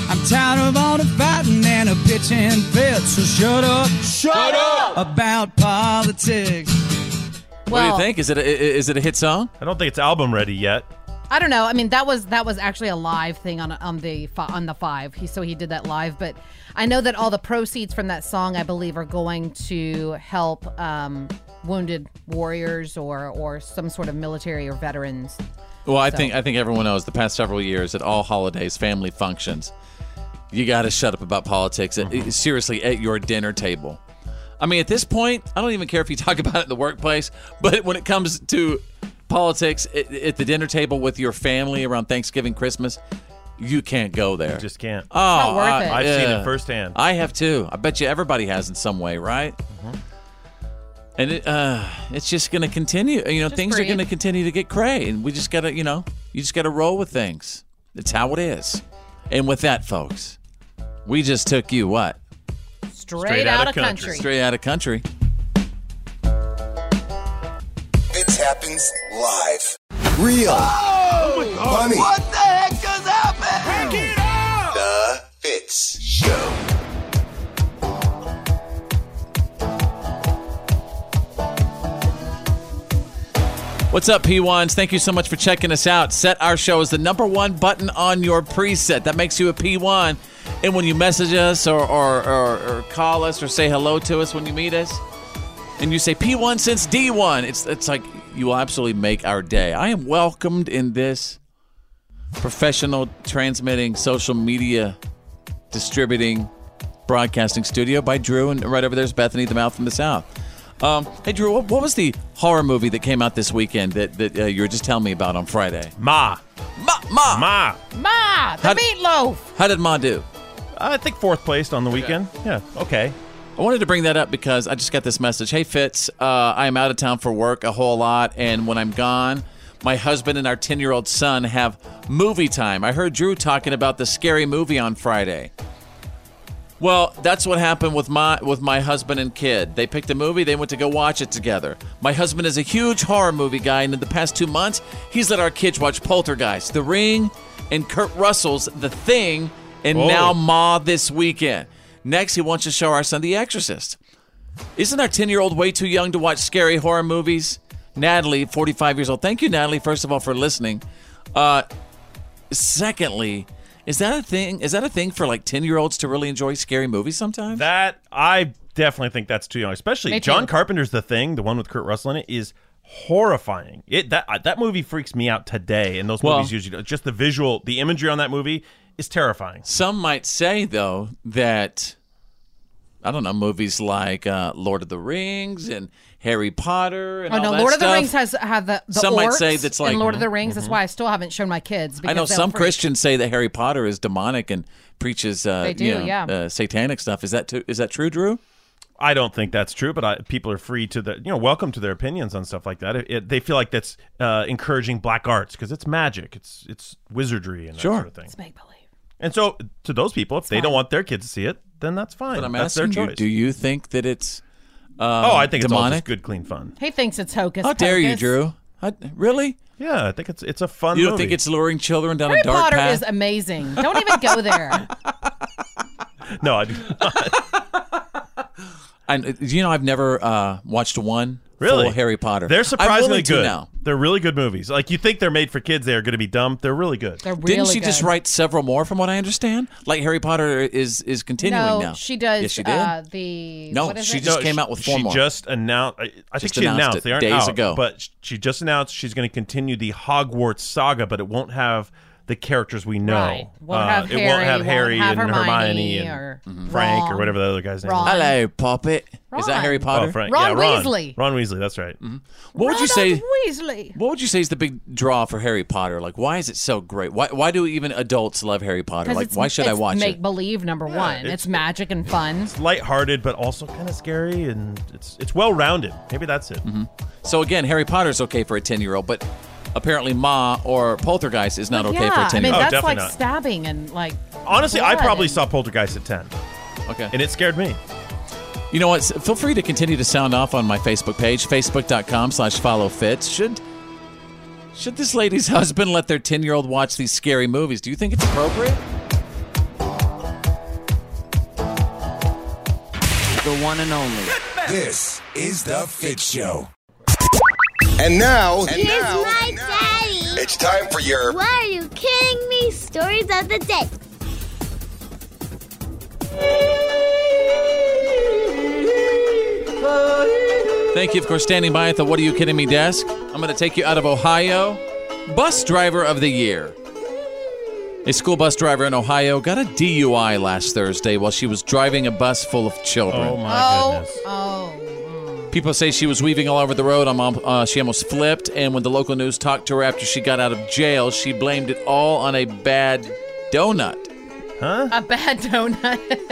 S23: I'm tired of all the fighting and the pitching fits, so shut up, shut up about politics.
S1: what do you think? Is it a, i- is it a hit song?
S2: I don't think it's album ready yet.
S5: I don't know. I mean, that was that was actually a live thing on on the fi- on the five. He so he did that live, but I know that all the proceeds from that song, I believe, are going to help um, wounded warriors or or some sort of military or veterans.
S1: Well, I
S5: So-
S1: think I think everyone knows the past several years at all holidays, family functions, you got to shut up about politics. uh,
S2: Mm-hmm.
S1: Seriously, at your dinner table. I mean, at this point, I don't even care if you talk about it in the workplace, but when it comes to politics at, at the dinner table with your family around Thanksgiving, Christmas, you can't go there. You
S2: just can't.
S1: Oh,
S2: not worth
S1: I-
S2: it. I've seen it
S1: yeah.
S2: firsthand.
S1: I have too. I bet you everybody has in some way, right? And it, uh, it's just going to continue. You know, things are
S2: breathe.
S1: going to continue to get cray, and we just got to, you know, you just got to roll with things. It's how it is. And with that, folks, we just took you what
S5: Straight, out, of country.
S1: straight out of country.
S6: Fitz happens live. Real.
S15: Ah!
S6: Funny.
S14: What the heck just happened? Pick it up! The Fitz Show.
S1: What's up, P1s? Thank you so much for checking us out. Set Our Show is the number one button on your preset. That makes you a P1. And when you message us or, or, or, or call us or say hello to us when you meet us, and you say P1 since D1, it's, it's like you will absolutely make our day. I am welcomed in this professional transmitting social media distributing broadcasting studio by Drew, and right over there's Bethany, the mouth from the south. Um, hey Drew, what, what was the horror movie that came out this weekend that, that uh, you were just telling me about on Friday?
S2: Ma,
S1: ma, ma,
S2: ma.
S5: Ma, the
S1: How-
S5: meatloaf.
S1: How did Ma do?
S2: I think fourth placed on the weekend. Yeah. Okay.
S1: I wanted to bring that up because I just got this message. Hey Fitz, uh, I am out of town for work a whole lot, and when I'm gone, my husband and our 10 year old son have movie time. I heard Drew talking about the scary movie on Friday. Well, that's what happened with my with my husband and kid. They picked a movie, they went to go watch it together. My husband is a huge horror movie guy, and in the past two months, he's let our kids watch Poltergeist, The Ring, and Kurt Russell's The Thing, and
S2: Whoa.
S1: now Ma this weekend. Next, he wants to show our son The Exorcist. Isn't our 10 year old way too young to watch scary horror movies? Natalie, 45 years old. Thank you, Natalie, first of all, for listening. Uh, secondly, is that a thing? Is that a thing for like 10 year olds to really enjoy scary movies sometimes?
S2: That I definitely think that's too young. Especially
S1: Me too.
S2: John Carpenter's The Thing, the one with Kurt Russell in it, is horrifying. It that uh, that movie freaks me out today, and those
S1: Well-
S2: movies usually do. just the visual, the imagery on that movie is terrifying.
S1: Some might say, though, that I don't know movies like uh, Lord of the Rings and Harry Potter and
S5: Oh
S1: all
S5: no,
S1: that
S5: Lord of the
S1: stuff.
S5: Rings has had the, the
S1: Some might
S5: orcs
S1: say that's
S5: in
S1: like-
S5: Lord of the Rings.
S1: Mhm.
S5: That's why I still haven't shown my kids. Because
S1: I know
S5: they'll
S1: some
S5: freak.
S1: Christians say that Harry Potter is demonic and preaches, uh,
S5: They do,
S1: you know,
S5: yeah.
S1: uh, satanic stuff. Is that too, is that true, Drew?
S2: I don't think that's true, but I, people are free to the you know welcome to their opinions on stuff like that. It, it- they feel like that's uh, encouraging black arts because it's magic, it's it's wizardry and that sort of thing. It's
S5: make believe.
S2: And so to those people, if they don't want their kids to see it, then that's fine.
S1: But I'm
S2: that's
S1: asking
S2: their
S1: you,
S2: choice.
S1: do you think that it's uh,
S2: oh, I think it's all
S1: demonic?
S2: just good, clean fun.
S5: He thinks it's hocus.
S1: How dare you,
S5: pocus.
S1: Drew? How- really?
S2: Yeah, I think it's it's a fun.
S1: You don't
S2: movie.
S1: think it's luring children down
S5: Harry
S1: a dark
S5: Potter
S1: path?
S5: is amazing. Don't even go there.
S2: no, I do
S1: And you know, I've never uh, watched one
S2: Really?
S1: full Harry Potter.
S2: They're
S1: I'm
S2: surprisingly
S1: willing to
S2: good.
S1: now.
S2: They're really good movies. Like you think they're made for kids, they are going to be dumb. They're really good.
S5: They're
S1: Didn't she just write several more, from what I understand? Like Harry Potter is is continuing
S5: no,
S1: now.
S5: she does.
S1: Yes, she did.
S5: Uh, the
S1: No,
S5: what is
S1: she
S5: it?
S1: just came out with four
S2: she
S1: more.
S2: just announced. I, I think
S1: Just
S2: she
S1: announced
S2: announced
S1: it
S2: they aren't
S1: days
S2: out,
S1: ago.
S2: but she just announced she's going to continue the Hogwarts saga, but it won't have the characters we know.
S5: Right. Won't
S2: Uh,
S5: have
S2: it won't have
S5: Harry,
S2: Harry
S5: won't have
S2: and Hermione,
S5: Hermione
S2: and
S5: or
S2: Frank
S5: Ron.
S2: or whatever the other guy's name.
S5: Ron.
S2: Is.
S1: Hello, Poppet. Is that
S5: Ron.
S1: Harry Potter? Mm-hmm.
S2: Oh, Frank.
S5: Ron
S2: yeah, Ron.
S5: Weasley.
S2: Ron Weasley. That's right.
S1: What would you say?
S5: Weasley.
S1: What would you say is the big draw for Harry Potter? Like, why is it so great? Why why do even adults love Harry Potter?
S5: 'Cause
S1: Like,
S5: it's-
S1: why should I
S5: it's
S1: watch
S5: Make
S1: it?
S5: believe number one. It's,
S2: it's-
S5: magic and fun.
S2: It's lighthearted, but also kind of scary, and it's it's well rounded. Maybe that's it.
S1: So again, Harry Potter's okay for a ten year old, but apparently Ma or Poltergeist is not okay
S5: yeah,
S1: for a
S5: I
S1: ten
S5: mean
S1: year
S2: Oh,
S1: old.
S5: that's like stabbing and like.
S2: Honestly, I
S5: blood
S2: probably
S5: and-
S2: saw Poltergeist at ten.
S1: Okay.
S2: And it scared me.
S1: You know what? S- Feel free to continue to sound off on my Facebook page, facebook.com slash follow fits. Should should this lady's husband let their 10 year old watch these scary movies? Do you think it's appropriate?
S10: The one and only.
S6: This is the Fit Show.
S15: And now,
S7: Here's my daddy.
S6: it's time for your
S7: Why are you kidding me? Stories of the day.
S1: Thank you for standing by at the What Are You Kidding Me desk. I'm going to take you out of Ohio. Bus Driver of the Year. A school bus driver in Ohio got a DUI last Thursday while she was driving a bus full of children.
S2: Oh, my
S5: Oh, oh.
S1: People say she was weaving all over the road. Um, um, uh, she almost flipped, and when the local news talked to her after she got out of jail, she blamed it all on a bad donut.
S2: Huh?
S5: oh, A bad donut.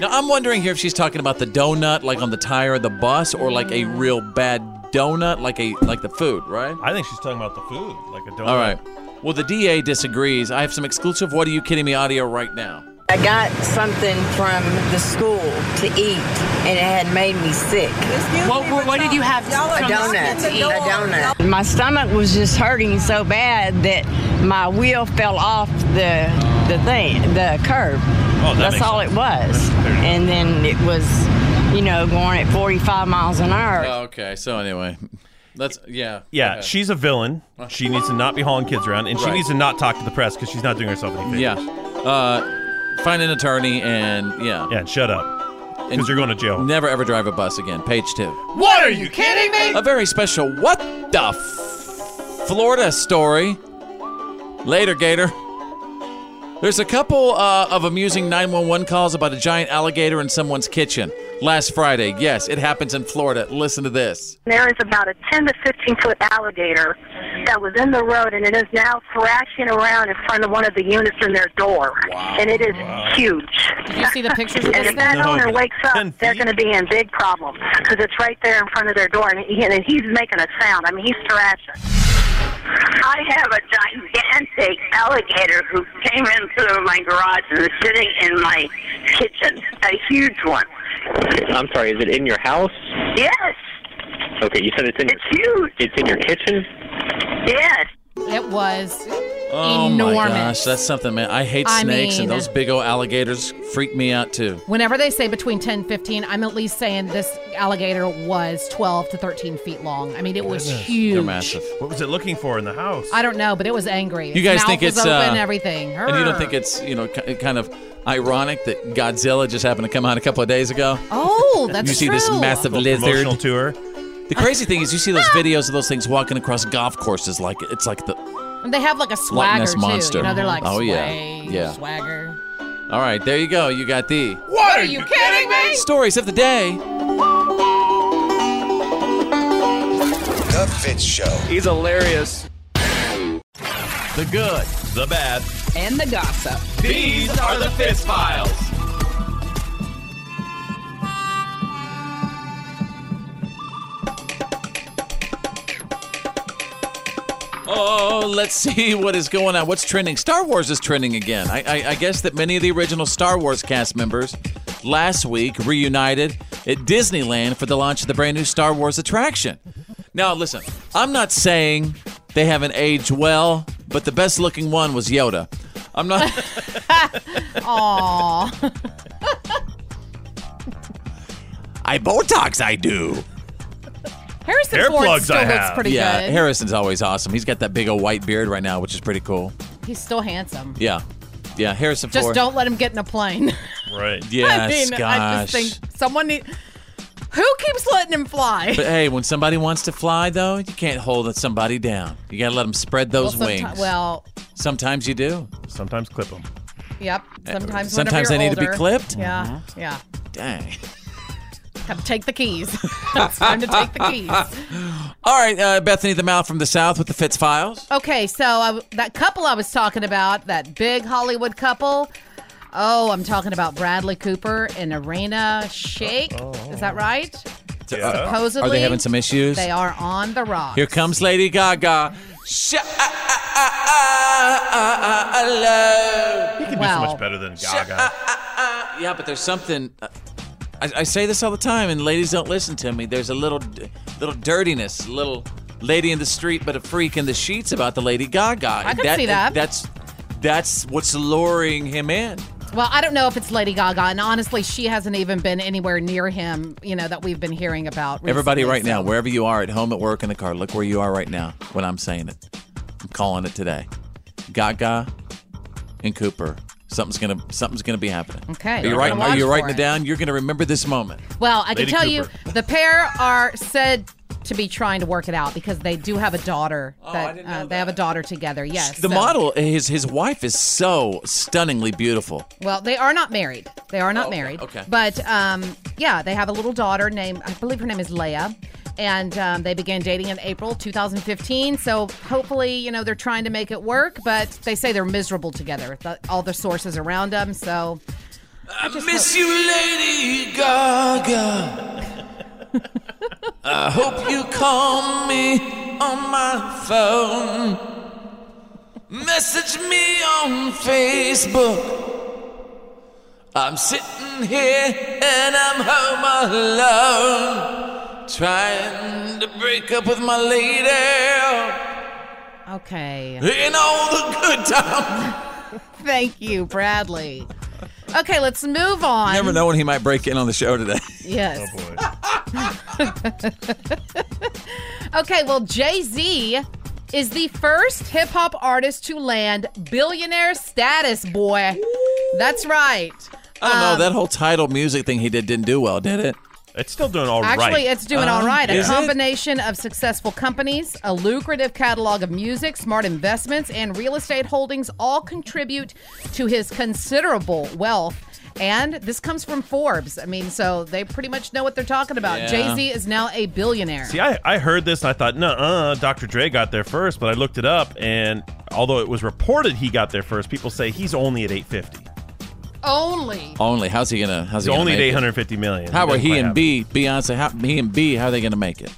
S1: Now I'm wondering here if she's talking about the donut, like on the tire of the bus, or like a real bad donut, like a like the food, right?
S2: I think she's talking about the food, like a donut.
S1: All right. Well, the DA disagrees. I have some exclusive. What are you kidding me? Audio right now.
S8: I got something from the school to eat, and it had made me sick.
S9: What, what, what did you have?
S8: A
S9: from the
S8: donut.
S9: school to eat?
S8: A donut. My stomach was just hurting so bad that my wheel fell off the the thing, the curb.
S9: Oh, that
S8: That's
S9: makes
S8: all
S9: sense.
S8: it was. And then it was, you know, going at 45 miles an hour.
S9: Oh,
S1: Okay. So anyway, that's yeah.
S2: Yeah,
S1: okay. Uh.
S2: she's a villain. She needs to not be hauling kids around, and she
S1: Right.
S2: needs to not talk to the press because she's not doing herself any favors.
S1: Yeah. Uh, find an attorney and yeah.
S2: Yeah, shut up. Because you're going to jail.
S1: Never ever drive a bus again. Page two.
S9: What are you kidding me?
S1: A very special What the F- Florida story. Later, Gator. There's a couple uh, of amusing 911 calls about a giant alligator in someone's kitchen. Last Friday, yes, it happens in Florida. Listen to this.
S24: There is about a 10 to 15 foot alligator that was in the road and it is now thrashing around in front of one of the units in their door. And it is huge.
S5: Did you see the pictures of
S24: and
S5: this
S24: if that
S5: thing?
S24: owner wakes up, they're going to be in big problems because it's right there in front of their door and, he, and he's making a sound. I mean, he's thrashing. I have a gigantic alligator who came in through my garage and is sitting in my kitchen. A huge one.
S16: I'm sorry, is it in your house?
S24: Yes,
S16: Okay, you said it's in
S24: it's huge.
S16: it's in your kitchen?
S24: Yes.
S5: It was
S1: Oh my
S5: enormous.
S1: gosh, that's something, man. I hate
S5: I
S1: snakes,
S5: mean-
S1: and those big old alligators freak me out too.
S5: Whenever they say between 10 15, I'm at least saying this alligator was 12 to 13 feet long. I mean, it was
S2: They're
S5: huge.
S2: massive. What was it looking for in the house?
S5: I don't know, but it was angry.
S1: You guys
S5: Its
S1: think
S5: mouth was
S1: it's uh,
S5: open, everything.
S1: and you don't
S5: Ah.
S1: think it's you know ki kind of ironic that Godzilla just happened to come out a couple of days ago?
S5: Oh, that's
S1: you see this
S5: true.
S1: massive
S2: Little
S1: lizard
S2: promotional tour.
S1: The crazy thing is, you see those videos of those things walking across golf courses, like it's like the
S5: And they have like a
S1: Loch
S5: swagger
S1: Ness monster.
S5: too. You know, they're like,
S1: oh
S5: sway,
S1: yeah, yeah.
S5: swagger.
S1: All right, there you go. You got the
S5: What are you kidding me?
S1: stories of the day.
S6: The Fit Show.
S16: He's hilarious.
S1: The good,
S2: the bad,
S17: and the gossip.
S4: These are the Fist Files.
S1: Oh, let's see what is going on. What's trending? Star Wars is trending again. I, I, I guess that many of the original Star Wars cast members last week reunited at Disneyland for the launch of the brand new Star Wars attraction. Now, listen,
S14: Ah,
S1: I'm not saying they haven't aged well, but the best looking one was Yoda. I'm not.
S5: Aw.
S1: I Botox, I do.
S5: Harrison Ford still looks pretty
S1: yeah,
S5: good.
S1: Harrison's always awesome. He's got that big old white beard right now, which is pretty cool.
S5: He's still handsome.
S1: Yeah, yeah. Harrison
S5: Just
S1: Ford.
S5: don't let him get in a plane.
S2: Right.
S1: Yes,
S5: I mean,
S1: gosh.
S5: I just think someone need. Who keeps letting him fly?
S1: But uh, hey, when somebody wants to fly, though, you can't hold somebody down. You gotta let them spread those
S5: well, someti-
S1: wings.
S5: Well,
S1: sometimes you do.
S2: Sometimes clip them.
S5: yep. Sometimes.
S1: sometimes
S5: whenever
S1: they need
S5: you're
S1: to be
S5: older-
S1: clipped.
S5: Yeah.
S1: Mhm.
S5: Yeah.
S1: Dang.
S5: Have to take the keys. it's time to take the keys.
S1: All right, uh, Bethany the Mouth from the South with the Fitz Files.
S5: Okay, so I, that couple I was talking about, that big Hollywood couple. Oh, I'm talking about Bradley Cooper and Arena Shake. Is that right? Supposedly,
S1: Are they having some issues?
S5: They are on the rock.
S1: Here comes Lady Gaga. Sh-
S14: ah,
S2: He can
S1: Wow.
S2: do so much better than Gaga.
S1: uh, Yeah, but there's something. I, I say this all the time, and ladies don't listen to me. There's a little, d- little dirtiness, little lady in the street, but a freak in the sheets about the Lady Gaga. I
S5: can see that.
S1: That's that's what's luring him in.
S5: Well, I don't know if it's Lady Gaga, and honestly, she hasn't even been anywhere near him. You know that we've been hearing about. Recently.
S1: Everybody, right now, wherever you are, at home, at work, in the car, look where you are right now. When I'm saying it, I'm calling it today. Gaga and Cooper. Something's gonna something's gonna be happening.
S5: Okay.
S1: Are you
S5: I'm
S1: writing?
S5: gonna
S1: Are
S5: watch
S1: you
S5: for
S1: writing it
S5: it.
S1: down? You're gonna remember this moment.
S5: Well, I
S1: Lady
S5: can tell
S1: Cooper.
S5: you the pair are said to be trying to work it out because they do have a daughter. Oh, that, I didn't know uh, They have a daughter together. Yes.
S1: The
S5: so-
S1: model, his his wife is so stunningly beautiful.
S5: Well, they are not married. They are not
S1: Oh, okay,
S5: married.
S1: okay.
S5: But um, yeah, they have a little daughter named, I believe her name is Leia. And um, they began dating in April 2015. So hopefully, you know, they're trying to make it work, but they say they're miserable together. The, all the sources around them. So
S1: I miss you, Lady Gaga.
S20: Uh,
S1: I hope you call me on my phone. Message me on Facebook. I'm sitting here and I'm home alone. Trying to break up with my lady
S5: okay.
S1: in all the good times.
S5: Thank you, Bradley. Okay, let's move on.
S1: know when he might break in on the show today.
S2: Oh,
S5: Yes. okay, well, Jay Z is the first hip hop artist to land billionaire status, boy. That's right.
S1: I don't
S5: Um,
S1: know. That whole title music thing he did didn't do well, did it?
S2: It's still doing all right.
S5: Actually, it's doing all right. A
S1: Uh-huh. is it?
S5: combination of successful companies, a lucrative catalog of music, smart investments, and real estate holdings all contribute to his considerable wealth. And this comes from Forbes. I mean, so they pretty much know what they're talking about.
S2: Yeah.
S5: Jay Z is now a billionaire.
S2: See, I, I heard this and I thought, no, uh, Dr. Dre got there first, but I looked it up, and although it was reported he got there first, people say he's only at 850.
S5: Only.
S1: Only. How's he gonna? How's
S2: He's
S1: he gonna
S2: only at
S1: make it?
S2: 850 million.
S1: How are
S2: doesn't
S1: he
S2: quite
S1: and
S2: have
S1: B, Beyonce? How he and B? How are they gonna make it?
S2: it.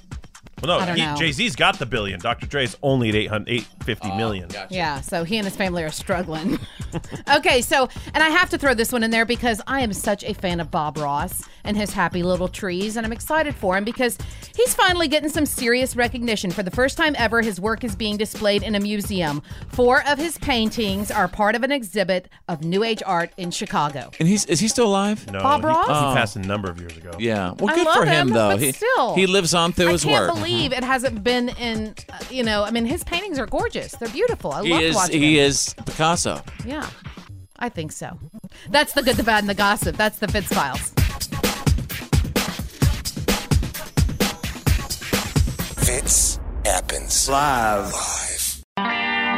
S2: Well,
S5: I don't
S2: no,
S5: know.
S2: Jay Z's got the billion. Dr. Dre's only at 800,
S1: Oh,
S2: 850 million.
S5: Yeah, so he and his family are struggling. okay, so, and I have to throw this one in there because I am such a fan of Bob Ross and his happy little trees, and I'm excited for him because he's finally getting some serious recognition. For the first time ever, his work is being displayed in a museum. Four of his paintings are part of an exhibit of New Age art in Chicago.
S1: And he's is he still alive? Oh.
S2: No,
S5: Bob
S2: he,
S5: Ross?
S2: he passed a number of years ago.
S1: Yeah. Well,
S5: I
S1: good
S5: love
S1: for him,
S5: him,
S1: though.
S5: but
S1: he,
S5: still.
S1: he lives on through
S5: I
S1: his
S5: can't
S1: work.
S5: believe it hasn't been in, uh, you know, I mean, his paintings are gorgeous. They're beautiful. I
S1: He
S5: love
S1: is
S5: watching
S1: he
S5: them.
S1: is Picasso.
S5: Yeah, I think so. That's the good, the bad, and the gossip. That's the Fitz files.
S6: Fits happens live. Live.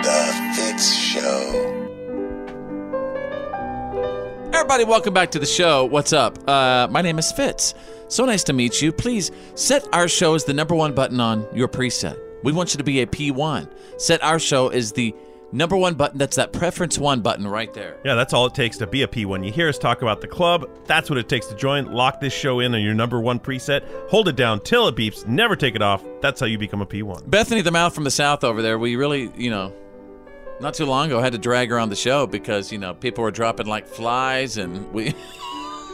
S6: The Fits Show.
S1: Everybody, welcome back to the show. What's up? Uh, my name is Fitz. So nice to meet you. Please set our show as the number one button on your preset. We want you to be a P1. Set our show as the number one button. That's that preference one button right there.
S2: Yeah, that's all it takes to be a P1. You hear us talk about the club. That's what it takes to join. Lock this show in on your number one preset. Hold it down till it beeps. Never take it off. That's how you become a P1.
S1: Bethany, the mouth from the south over there, we really, you know, not too long ago had to drag her on the show because, you know, people were dropping like flies and we.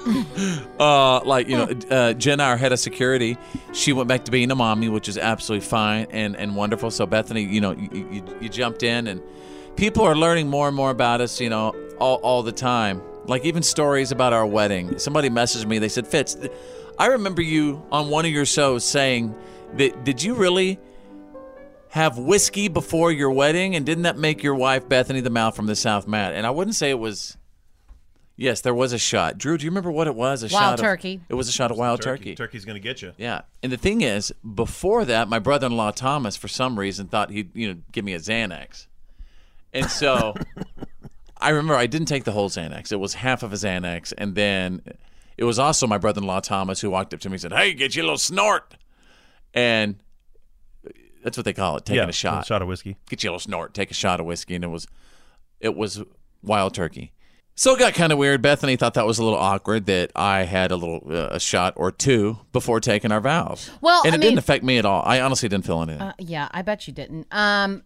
S1: uh, like you know, uh, Jenna, our head of security, she went back to being a mommy, which is absolutely fine and, and wonderful. So Bethany, you know, you, you, you jumped in, and people are learning more and more about us, you know, all, all the time. Like even stories about our wedding. Somebody messaged me. They said, Fitz, th- I remember you on one of your shows saying that did you really have whiskey before your wedding, and didn't that make your wife Bethany the mouth from the south mad? And I wouldn't say it was. Yes, there was a shot. Drew, do you remember what it was? A
S5: Wild
S1: shot of-
S5: turkey.
S1: it was a shot of wild turkey.
S2: Turkey's going to get you.
S1: Yeah, and the thing is, before that, my brother-in-law Thomas, for some reason, thought he'd you know give me a Xanax, and so I remember I didn't take the whole Xanax. It was half of a Xanax, and then it was also my brother-in-law Thomas who walked up to me and said, "Hey, get you a little snort," and that's what they call it, taking
S2: Yeah,
S1: a shot,
S2: a shot of whiskey.
S1: Get you a little snort, take a shot of whiskey, and it was, it was wild turkey. So it got kind of weird. Bethany thought that was a little awkward that I had a little uh, a shot or two before taking our vows.
S5: Well,
S1: and
S5: I
S1: it
S5: mean-
S1: didn't affect me at all. I honestly didn't feel anything.
S5: Uh, yeah, I bet you didn't. Um,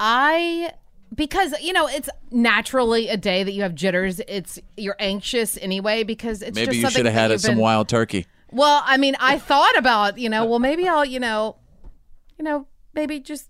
S5: I because you know it's naturally a day that you have jitters. It's you're anxious anyway because it's
S1: Maybe
S5: just
S1: you
S5: something
S1: should have
S5: that
S1: had
S5: you've
S1: it some
S5: been-
S1: wild turkey.
S5: Well, I mean, I thought about you know, well, maybe I'll you know, you know, maybe just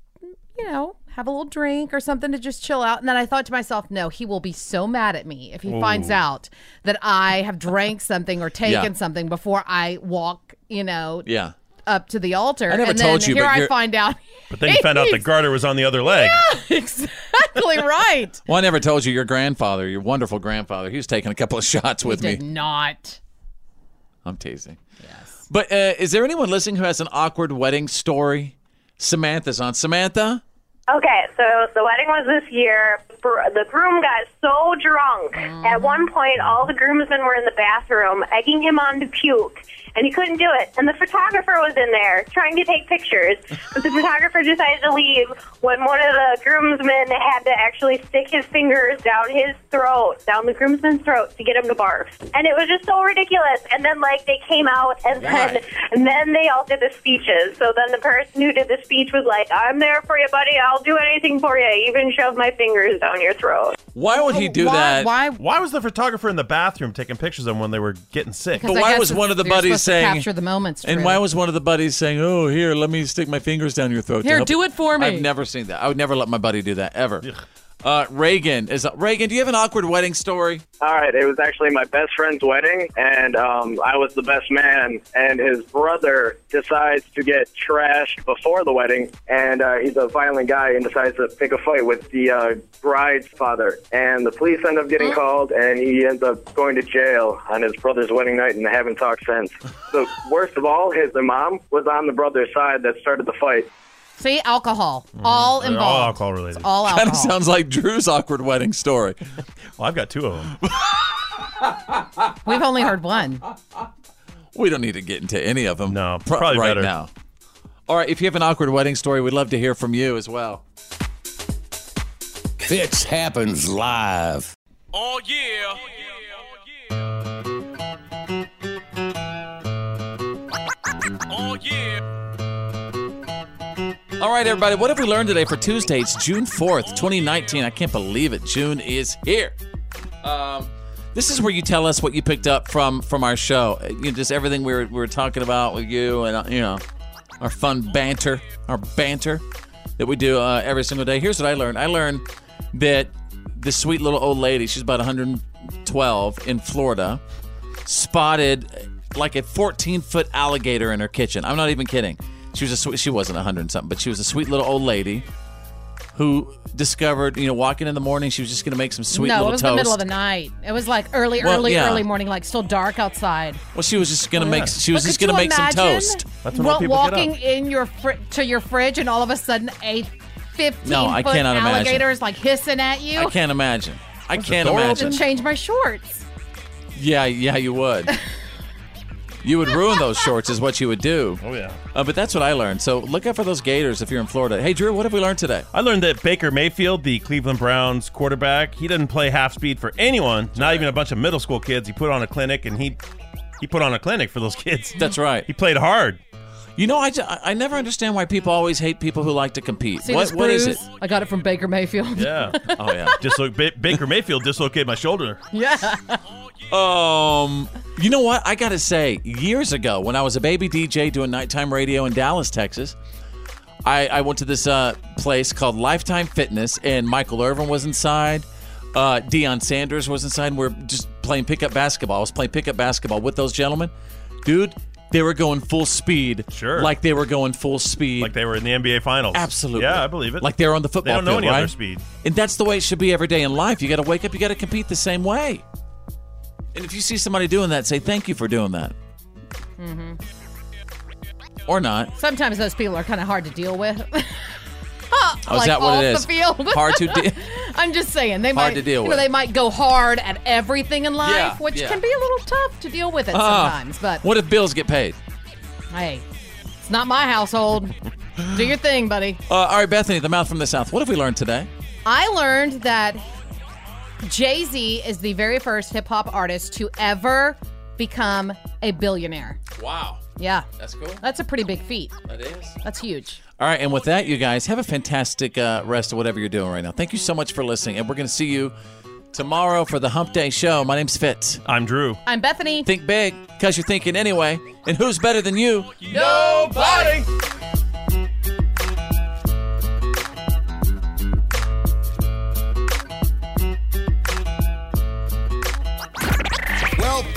S5: you know have a little drink or something to just chill out. And then I thought to myself, no, he will be so mad at me if he
S17: Ooh.
S5: finds out that I have drank something or taken
S17: Yeah.
S5: something before I walk. You know,
S1: Yeah.
S5: up to the altar.
S2: I never
S5: and
S2: told
S5: then
S2: you,
S5: here
S2: but
S5: I
S2: you're-
S5: find out.
S2: But then you found out the garter was on the other leg.
S5: exactly right.
S1: Well, I never told you your grandfather, your wonderful grandfather, he was taking a couple of shots with
S5: he
S1: me.
S5: did not.
S1: I'm teasing. Yes. But uh, is there anyone listening who has an awkward wedding story? Samantha's on. Samantha?
S18: Okay, so the wedding was this year. Br- The groom got so drunk. At one point, all the groomsmen were in the bathroom egging him on to puke, and he couldn't do it. And the photographer was in there trying to take pictures, but the photographer decided to leave when one of the groomsmen had to actually stick his fingers down his throat, down the groomsman's throat, to get him to barf. And it was just so ridiculous. And then, like, they came out, and then and then they all did the speeches. So then the person who did the speech was like, "I'm there for you, buddy. I'll do anything for you, even shove my fingers down your throat."
S1: Why would he do
S2: why,
S1: that?
S2: Why? Why was the photographer in the bathroom taking pictures of them when they were getting sick?
S1: But why was one of the buddies saying?
S5: capture the moments,
S1: And
S5: Drew.
S1: why was one of the buddies saying, "Oh, here, let me stick my fingers down your throat"? to
S5: Here,
S1: help
S5: do it for me.
S1: I've never seen that. I would never let my buddy do that ever. Uh, Reagan is Reagan. Do you have an awkward wedding story?
S19: All right, it was actually my best friend's wedding, and um, I was the best man. And his brother decides to get trashed before the wedding, and uh, he's a violent guy and decides to pick a fight with the uh, bride's father. And the police end up getting called, and he ends up going to jail on his brother's wedding night, and they haven't talked since. the worst of all, his mom was on the brother's side that started the fight.
S5: See, alcohol, all
S2: They're
S1: Mm-hmm.
S5: involved.
S2: all alcohol related.
S5: It's all
S1: Kind of
S5: alcohol.
S1: sounds like Drew's awkward wedding story.
S2: well, I've got two of them.
S5: We've only heard one.
S1: We don't need to get into any of them. No,
S2: probably
S1: right
S2: better.
S1: now. All right, if you have an awkward wedding story, we'd love to hear from you as well.
S15: Fitz happens live.
S4: Oh yeah. Oh yeah.
S1: All right, everybody. What have we learned today for Tuesday? It's June 4th, 2019. I can't believe it. June is here. Um, this is where you tell us what you picked up from from our show. Uh, You know, just everything we were, we were talking about with you and, uh, you know, our fun banter, our banter that we do uh, every single day. Here's what I learned I learned that this sweet little old lady, she's about 112 in Florida, spotted uh, like a 14 foot alligator in her kitchen. I'm not even kidding. She was a sweet, she wasn't 100 and something, but she was a sweet little old lady who discovered, you know, walking in the morning, she was just going to make some sweet
S5: no,
S1: little
S5: it was
S1: toast.
S5: the middle of the night. It was like early,
S1: Well,
S5: early,
S1: yeah.
S5: early morning, like still dark outside.
S1: Well, she was just
S2: Oh,
S1: gonna make. She was
S5: But
S1: just
S5: could
S1: gonna
S5: you
S1: make some
S5: imagine
S1: toast.
S5: wa- walking in your fr- to your fridge, and all of a sudden a fifteen
S1: No, I
S5: foot
S1: cannot imagine.
S5: alligator is like hissing at you.
S1: I can't imagine. I can't
S5: I
S1: imagine.
S5: would change my shorts.
S1: Yeah, yeah, you would. you would ruin those shorts, is what you would do. Oh yeah. Uh, but that's what I learned. So look out for those gators if you're in Florida. Hey, Drew, what have we learned today?
S2: I learned that Baker Mayfield, the Cleveland Browns quarterback, he doesn't play half speed for anyone, not even a bunch of middle school kids. He put on a clinic and he he put on a clinic for those kids.
S1: That's right.
S2: He played hard.
S1: You know, I, ju- I I never understand why people always hate people who like to compete.
S5: See
S1: what
S5: this
S1: what is it?
S5: bruise? I got it from Baker Mayfield.
S2: Yeah.
S1: oh yeah.
S2: Dislo- ba- Baker Mayfield dislocated my shoulder.
S5: yeah.
S1: Um, you know what? I gotta say, years ago, when I was a baby DJ doing nighttime radio in Dallas, Texas, I, I went to this uh, place called Lifetime Fitness, and Michael Irvin was inside. Uh, Deion Sanders was inside. And we we're just playing pickup basketball. I was playing pickup basketball with those gentlemen, dude. They were going full speed.
S2: Sure.
S1: Like they were going full speed. Like
S2: they were in the NBA Finals.
S1: Absolutely.
S2: Yeah, I believe it.
S1: Like they're on the football
S2: They don't know
S1: field,
S2: any other
S1: right?
S2: speed.
S1: And that's the way it should be every day in life. You got to wake up, you got to compete the same way. And if you see somebody doing that, say thank you for doing that.
S5: hmm
S1: Or not.
S5: Sometimes those people are kind of hard to deal with.
S1: Oh, is that what
S5: off
S1: it
S5: the
S1: is?
S5: field.
S1: Hard to de-
S5: I'm just saying they
S1: Hard
S5: might
S1: to deal
S5: you know,
S1: with.
S5: They might go hard at everything in life,
S1: Yeah,
S5: which
S1: yeah.
S5: can be a little tough to deal with it
S1: Ah,
S5: sometimes. But
S1: what if bills get paid?
S5: hey, it's not my household. Do your thing, buddy.
S1: Uh, all right, Bethany, the mouth from the south. What have we learned today?
S5: I learned that Jay Z is the very first hip hop artist to ever become a billionaire.
S1: Wow,
S5: Yeah,
S1: that's cool.
S5: that's a pretty big feat.
S1: That is.
S5: That's huge.
S1: All right, and with that, you guys have a fantastic uh, rest of whatever you're doing right now. Thank you so much for listening, and we're going to see you tomorrow for the Hump Day Show. My name's Fitz.
S2: I'm Drew.
S5: I'm Bethany.
S1: Think big, cause you're thinking anyway. And who's better than you?
S4: Nobody.
S6: Well,